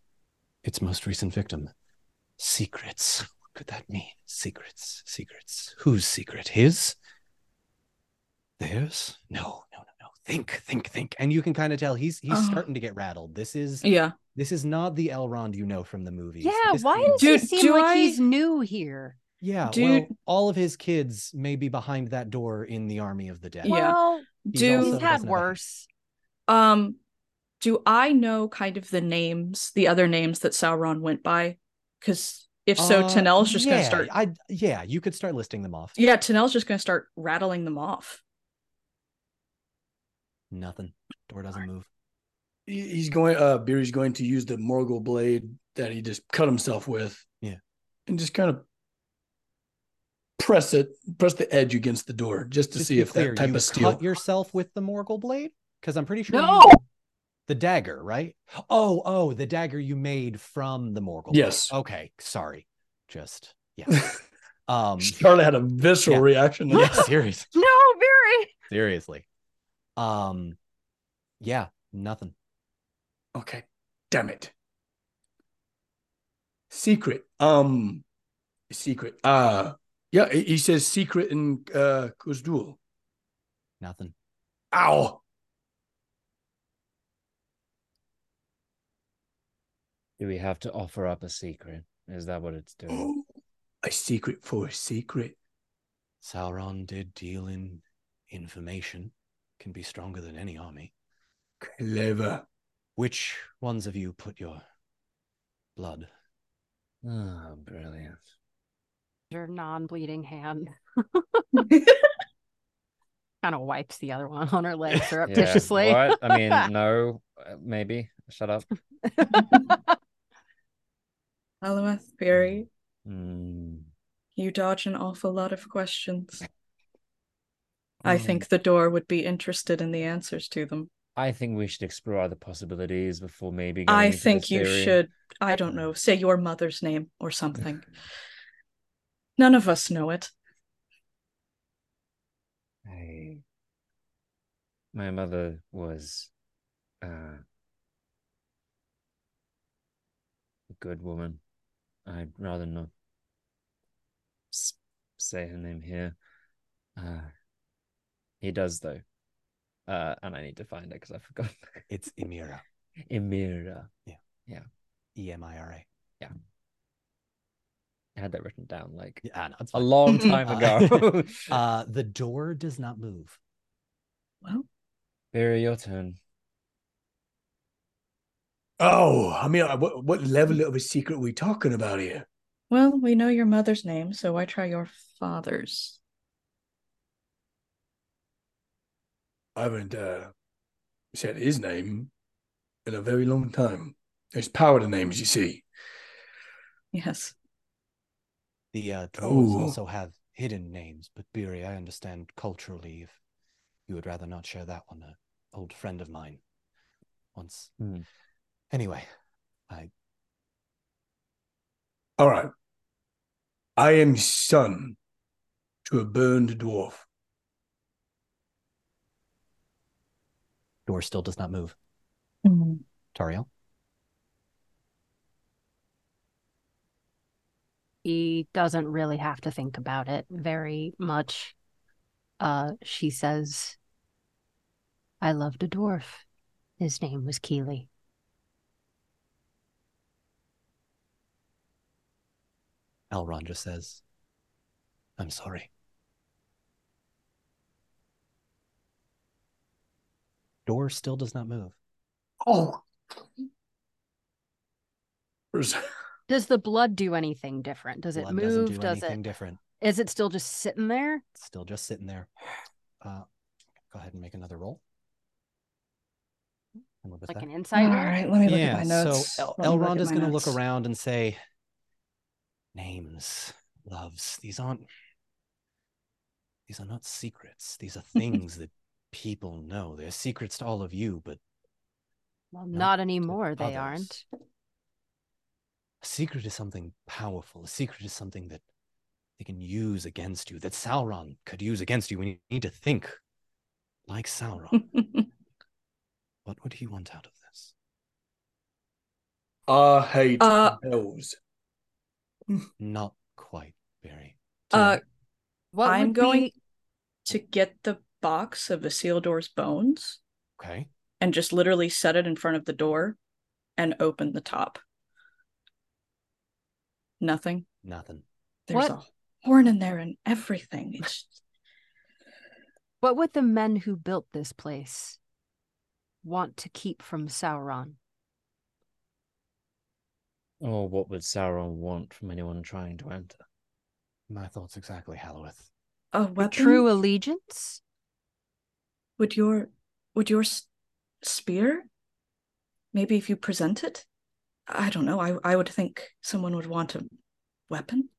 S1: its most recent victim. Secrets. What could that mean? Secrets, secrets. Whose secret? His? Theirs? No, no, no, no. Think, think, think. And you can kind of tell he's he's
S3: Oh.
S1: starting to get rattled. This is
S3: Yeah.
S1: this is not the Elrond you know from the movies.
S2: Yeah,
S1: This
S2: why
S1: is-
S2: does he
S3: Do-
S2: seem
S3: do
S2: like
S3: I-
S2: he's new here?
S1: yeah,
S3: Dude.
S1: well, all of his kids may be behind that door in the army of the dead.
S3: Yeah.
S2: Well,
S1: He's
S3: Do
S1: also
S2: he's had
S1: doesn't have a-
S2: worse.
S3: Um, do I know kind of the names, the other names that Sauron went by? Because if so,
S1: Uh,
S3: Tenel's just gonna
S1: yeah,
S3: start.
S1: I yeah, you could start listing them off.
S3: Yeah, Tenel's just gonna start rattling them *laughs* off.
S1: Nothing. Door doesn't move.
S6: He- He's going. Uh, Beery's going to use the Morgul blade that he just cut himself with.
S1: Yeah.
S6: and just kind of press it, press the edge against the door, just to
S1: Just
S6: see
S1: be
S6: if
S1: clear,
S6: that type
S1: you
S6: of steel.
S1: cut yourself with the Morgul blade because I'm pretty sure you-
S2: No,
S1: the dagger, right? Oh, oh, the dagger you made from the Morgul. blade.
S6: Yes.
S1: Okay, sorry. Just yeah.
S3: *laughs*
S6: *laughs*
S1: Um
S6: Charlotte had a visceral
S1: Yeah.
S6: reaction. to
S1: yeah,
S6: that.
S1: serious.
S2: no, very.
S1: Seriously. Um yeah, nothing.
S6: *laughs* Okay. Damn it. Secret. Um secret. Uh yeah, he he says secret in uh Kuzdul.
S1: Nothing.
S6: Ow. *gasps*
S5: Do we have to offer up a secret? Is that what it's
S6: Oh.
S5: doing?
S6: a secret for a secret.
S1: Sauron did deal in information. Can be stronger than any army.
S6: Clever.
S1: Which ones of you put your blood?
S5: Ah, brilliant.
S2: Your non-bleeding hand kind of wipes the other one on her leg surreptitiously.
S5: Yeah. What?
S3: *laughs*
S5: I mean, no, uh, maybe. Shut up.
S2: *laughs*
S3: Alueth, Barry,
S5: Mm.
S3: you dodge an awful lot of questions.
S1: Mm.
S3: I think the door would be interested in the answers to them.
S5: I think we should explore other possibilities before maybe. Going
S3: I
S5: into
S3: think
S5: this
S3: you
S5: theory.
S3: should, I don't know, say your mother's name or something. None of us know it.
S5: I- My mother was uh, a good woman. I'd rather not s- say her name here. Uh, he does, though. Uh, and I need to find it because I *laughs* forgot.
S1: It's Emira.
S5: Emira.
S1: E M I R
S5: I had that written down like
S1: A. Ah, no, it's
S5: a
S1: fine.
S5: long time *laughs* ago.
S1: *laughs* Uh, the door does not move.
S3: Well,
S5: Vera, your turn.
S6: Oh, I mean, uh, what, what level of a secret are we talking about here?
S3: well, we know your mother's name, so why try your father's?
S6: I haven't uh, said his name in a very long time. There's power to names, you see.
S3: Yes.
S1: The uh, dwarves
S6: Ooh.
S1: also have hidden names, but Biri, I understand culturally, if you would rather not share that one, an old friend of mine once.
S5: Hmm.
S1: Anyway,
S6: All right. I am son to a burned dwarf.
S1: door still does not move. Tariel,
S2: he doesn't really have to think about it very much. Uh, she says, "I loved a dwarf. His name was Keeley."
S1: Elrond just says, I'm sorry. Door still does not move.
S6: Oh. There's-
S2: Does the blood do anything different? Does it
S1: Blood doesn't
S2: move?
S1: do
S2: Does
S1: anything
S2: it?
S1: different.
S2: Is it still just sitting there?
S1: Still just sitting there. Uh, go ahead and make another roll. come up with
S2: like
S1: that.
S2: an
S3: All
S2: insight. roll?
S3: right, let me look
S1: yeah,
S3: at my notes.
S1: so
S3: Let me
S1: El-
S3: look at
S1: Elronda's
S3: my
S1: going to look
S3: notes.
S1: around and say, "Names, loves. These aren't. These are not secrets. These
S2: *laughs*
S1: are things that people know. They're secrets to all of you, but
S2: Well,
S1: Not
S2: not
S1: to
S2: anymore. They
S1: others.
S2: aren't.
S1: A secret is something powerful. A secret is something that they can use against you. That Sauron could use against you. We need to think like
S3: Hmm.
S1: Sauron. what would he want out of this?
S6: I
S3: *laughs*
S6: hate
S3: Uh,
S6: those.
S1: Not quite, Barry.
S3: uh,
S2: What
S3: I'm
S2: would
S3: going-
S2: be-
S3: to get the box of Isildur's bones
S1: Okay.
S3: and just literally set it in front of the door and open the top. Nothing.
S1: Nothing.
S3: There's
S2: What?
S3: a horn in there and everything. It's
S2: What would the men who built this place want to keep from Sauron?
S5: Or what would Sauron want from anyone trying to enter?
S1: My thoughts exactly, Halloweth.
S3: a
S2: Your
S3: weapon.
S2: True allegiance?
S3: Would your would your s- spear? Maybe if you present it. I don't know. I I would think someone would want a weapon.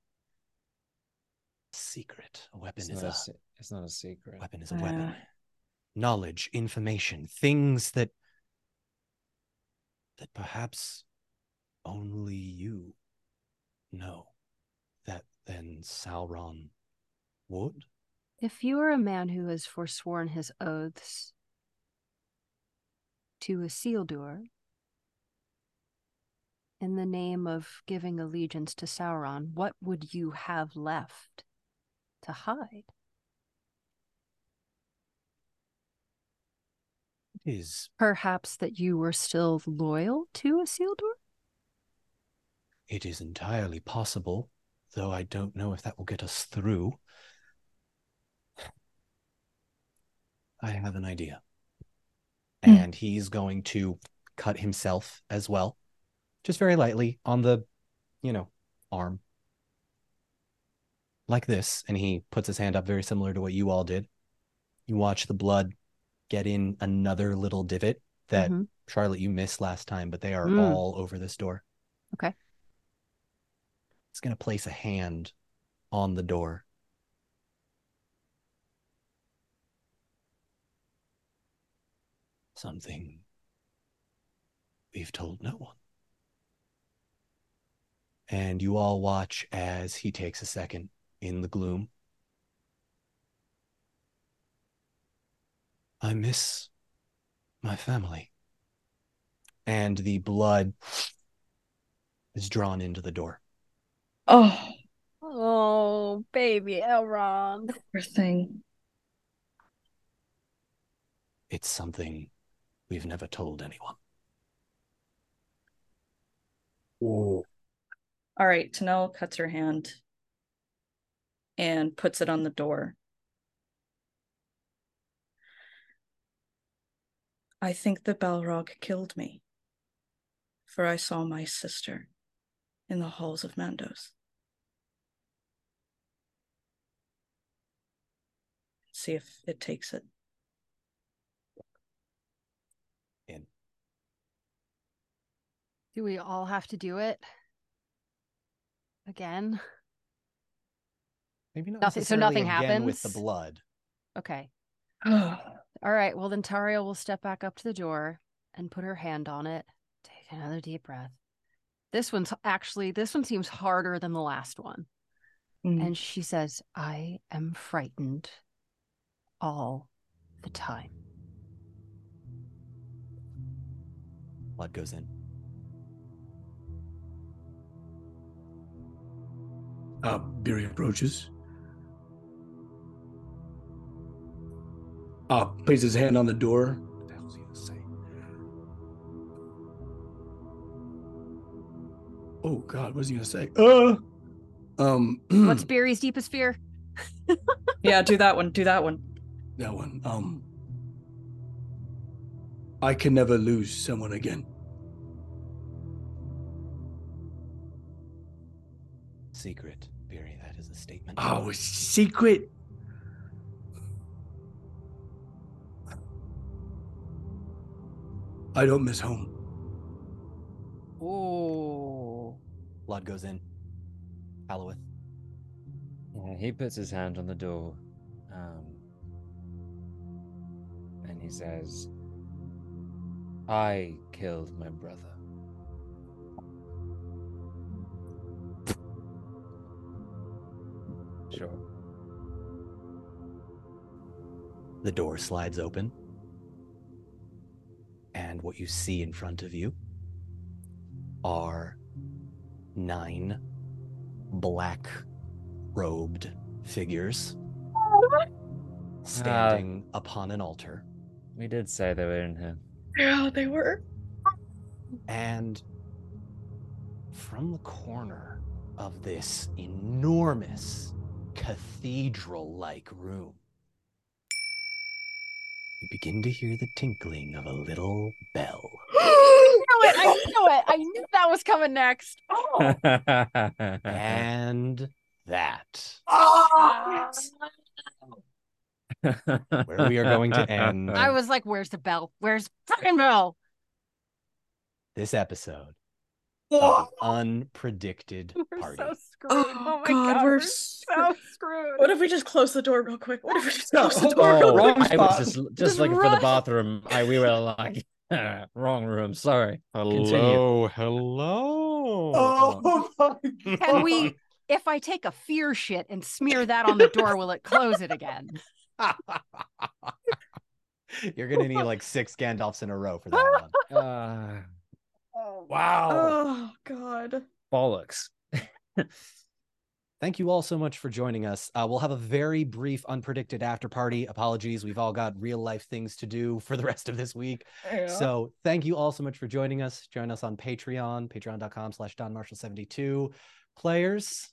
S1: Secret. A weapon
S5: It's
S1: is
S5: not a,
S1: a
S5: se- it's not a secret.
S1: weapon is a weapon.
S3: Uh.
S1: Knowledge, information, things that that perhaps only you know. That then Sauron would.
S2: If you are a man who has forsworn his oaths to Isildur in the name of giving allegiance to Sauron, what would you have left to hide?
S1: It is
S2: Perhaps that you were still loyal to Isildur?
S1: it is entirely possible, though I don't know if that will get us through. I have an idea.
S3: Hmm.
S1: And he's going to cut himself as well. Just very lightly on the, you know, arm. Like this. And he puts his hand up very similar to what you all did. You watch the blood get in another little divot that
S2: Mhm.
S1: Charlotte, you missed last time, but they are
S2: Mm.
S1: all over this door.
S2: Okay.
S1: It's going to place a hand on the door. Something we've told no one. And you all watch as he takes a second in the gloom. I miss my family. And the blood is drawn into the door.
S3: Oh,
S2: Oh, baby Elrond.
S3: poor thing.
S1: It's something we've never told anyone.
S6: Oh,
S3: All right, Tanel cuts her hand and puts it on the door. I think the Balrog killed me, for I saw my sister in the halls of Mandos. See if it takes it.
S2: Do we all have to do it? Again? *laughs*
S1: Maybe not.
S2: Nothing- so nothing
S1: necessarily again with the
S2: happens?
S1: blood.
S2: Okay.
S3: Oh.
S2: All right. Well, then Taria will step back up to the door and put her hand on it. Take another deep breath. This one's actually, this one seems harder than the last one.
S3: Mm.
S2: And she says, I am frightened all the time.
S1: Blood goes in.
S6: uh, Beery approaches. Uh, places his hand on the door. What the hell is he gonna say? Oh God, what's he gonna say? Uh, um, *clears throat*
S2: What's Barry's deepest fear?
S3: yeah, do that one. Do that one.
S6: that one? Um, I can never lose someone again.
S1: Secret, Beery. That is a statement.
S6: Oh, it's secret. I don't miss home.
S2: Oh.
S1: Blood goes in. Alowith.
S5: Yeah, he puts his hand on the door, um, and he says, "I killed my brother." Sure.
S1: The door slides open. And what you see in front of you are nine black robed figures standing upon an altar.
S5: We did say they were in here.
S3: Yeah, they were.
S1: And from the corner of this enormous cathedral like room, you begin to hear the tinkling of a little bell.
S2: I knew it. I knew it. I knew that was coming next. *laughs* Oh. Uh-huh.
S1: And that.
S2: Ah.
S1: Where we are going to end.
S5: *laughs*
S2: I was like, where's the bell? Where's fucking bell?
S1: this episode of Unpredicted
S2: *laughs* We're
S1: Party. *laughs*
S2: so
S3: *gasps*
S2: screwed.
S3: Oh,
S2: Oh, my
S3: God,
S2: god,
S3: we're
S2: we're, so
S3: screwed.
S2: screwed.
S3: *laughs* What if we just close the door real quick? What if we just
S6: No,
S3: close the
S6: hold
S3: door
S6: on.
S3: real quick?
S6: Wrong
S5: Oh, I was
S6: spot.
S5: just, just,
S2: Just
S5: looking for
S2: run.
S5: the bathroom. I, we were like, *laughs* wrong room.
S1: *laughs*
S5: Sorry.
S1: hello.
S6: Oh my god!
S2: Can we if I take a fear shit and smear that on the door, will it close it again?
S1: You're gonna need like six Gandalfs in a row for
S2: *laughs*
S1: that one.
S5: Uh,
S6: Wow.
S3: Oh God.
S5: bollocks.
S1: Thank you all so much for joining us. Uh, we'll have a very brief, unpredicted after party. Apologies, we've all got real life things to do for the rest of this week. So thank you all so much for joining us. Join us on Patreon, patreon.com slash donmarshall72. Players,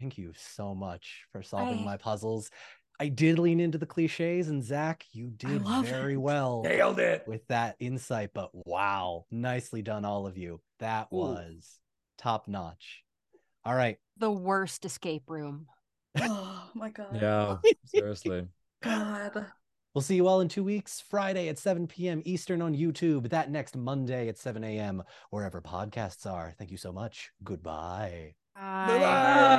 S1: thank you so much for solving
S2: I-
S1: my puzzles. I did lean into the cliches, and Zach, you did
S3: love
S1: very
S3: it.
S1: well
S6: Nailed it.
S1: with that insight, but wow, nicely done, all of you. That
S6: Ooh.
S1: was top notch. All right.
S2: The worst escape room.
S3: Oh my God.
S5: Yeah, seriously.
S3: God.
S1: We'll see you all in two weeks, Friday at 7 p.m. Eastern on YouTube, that next Monday at 7 a.m., wherever podcasts are. Thank you so much. Goodbye.
S6: Bye-bye.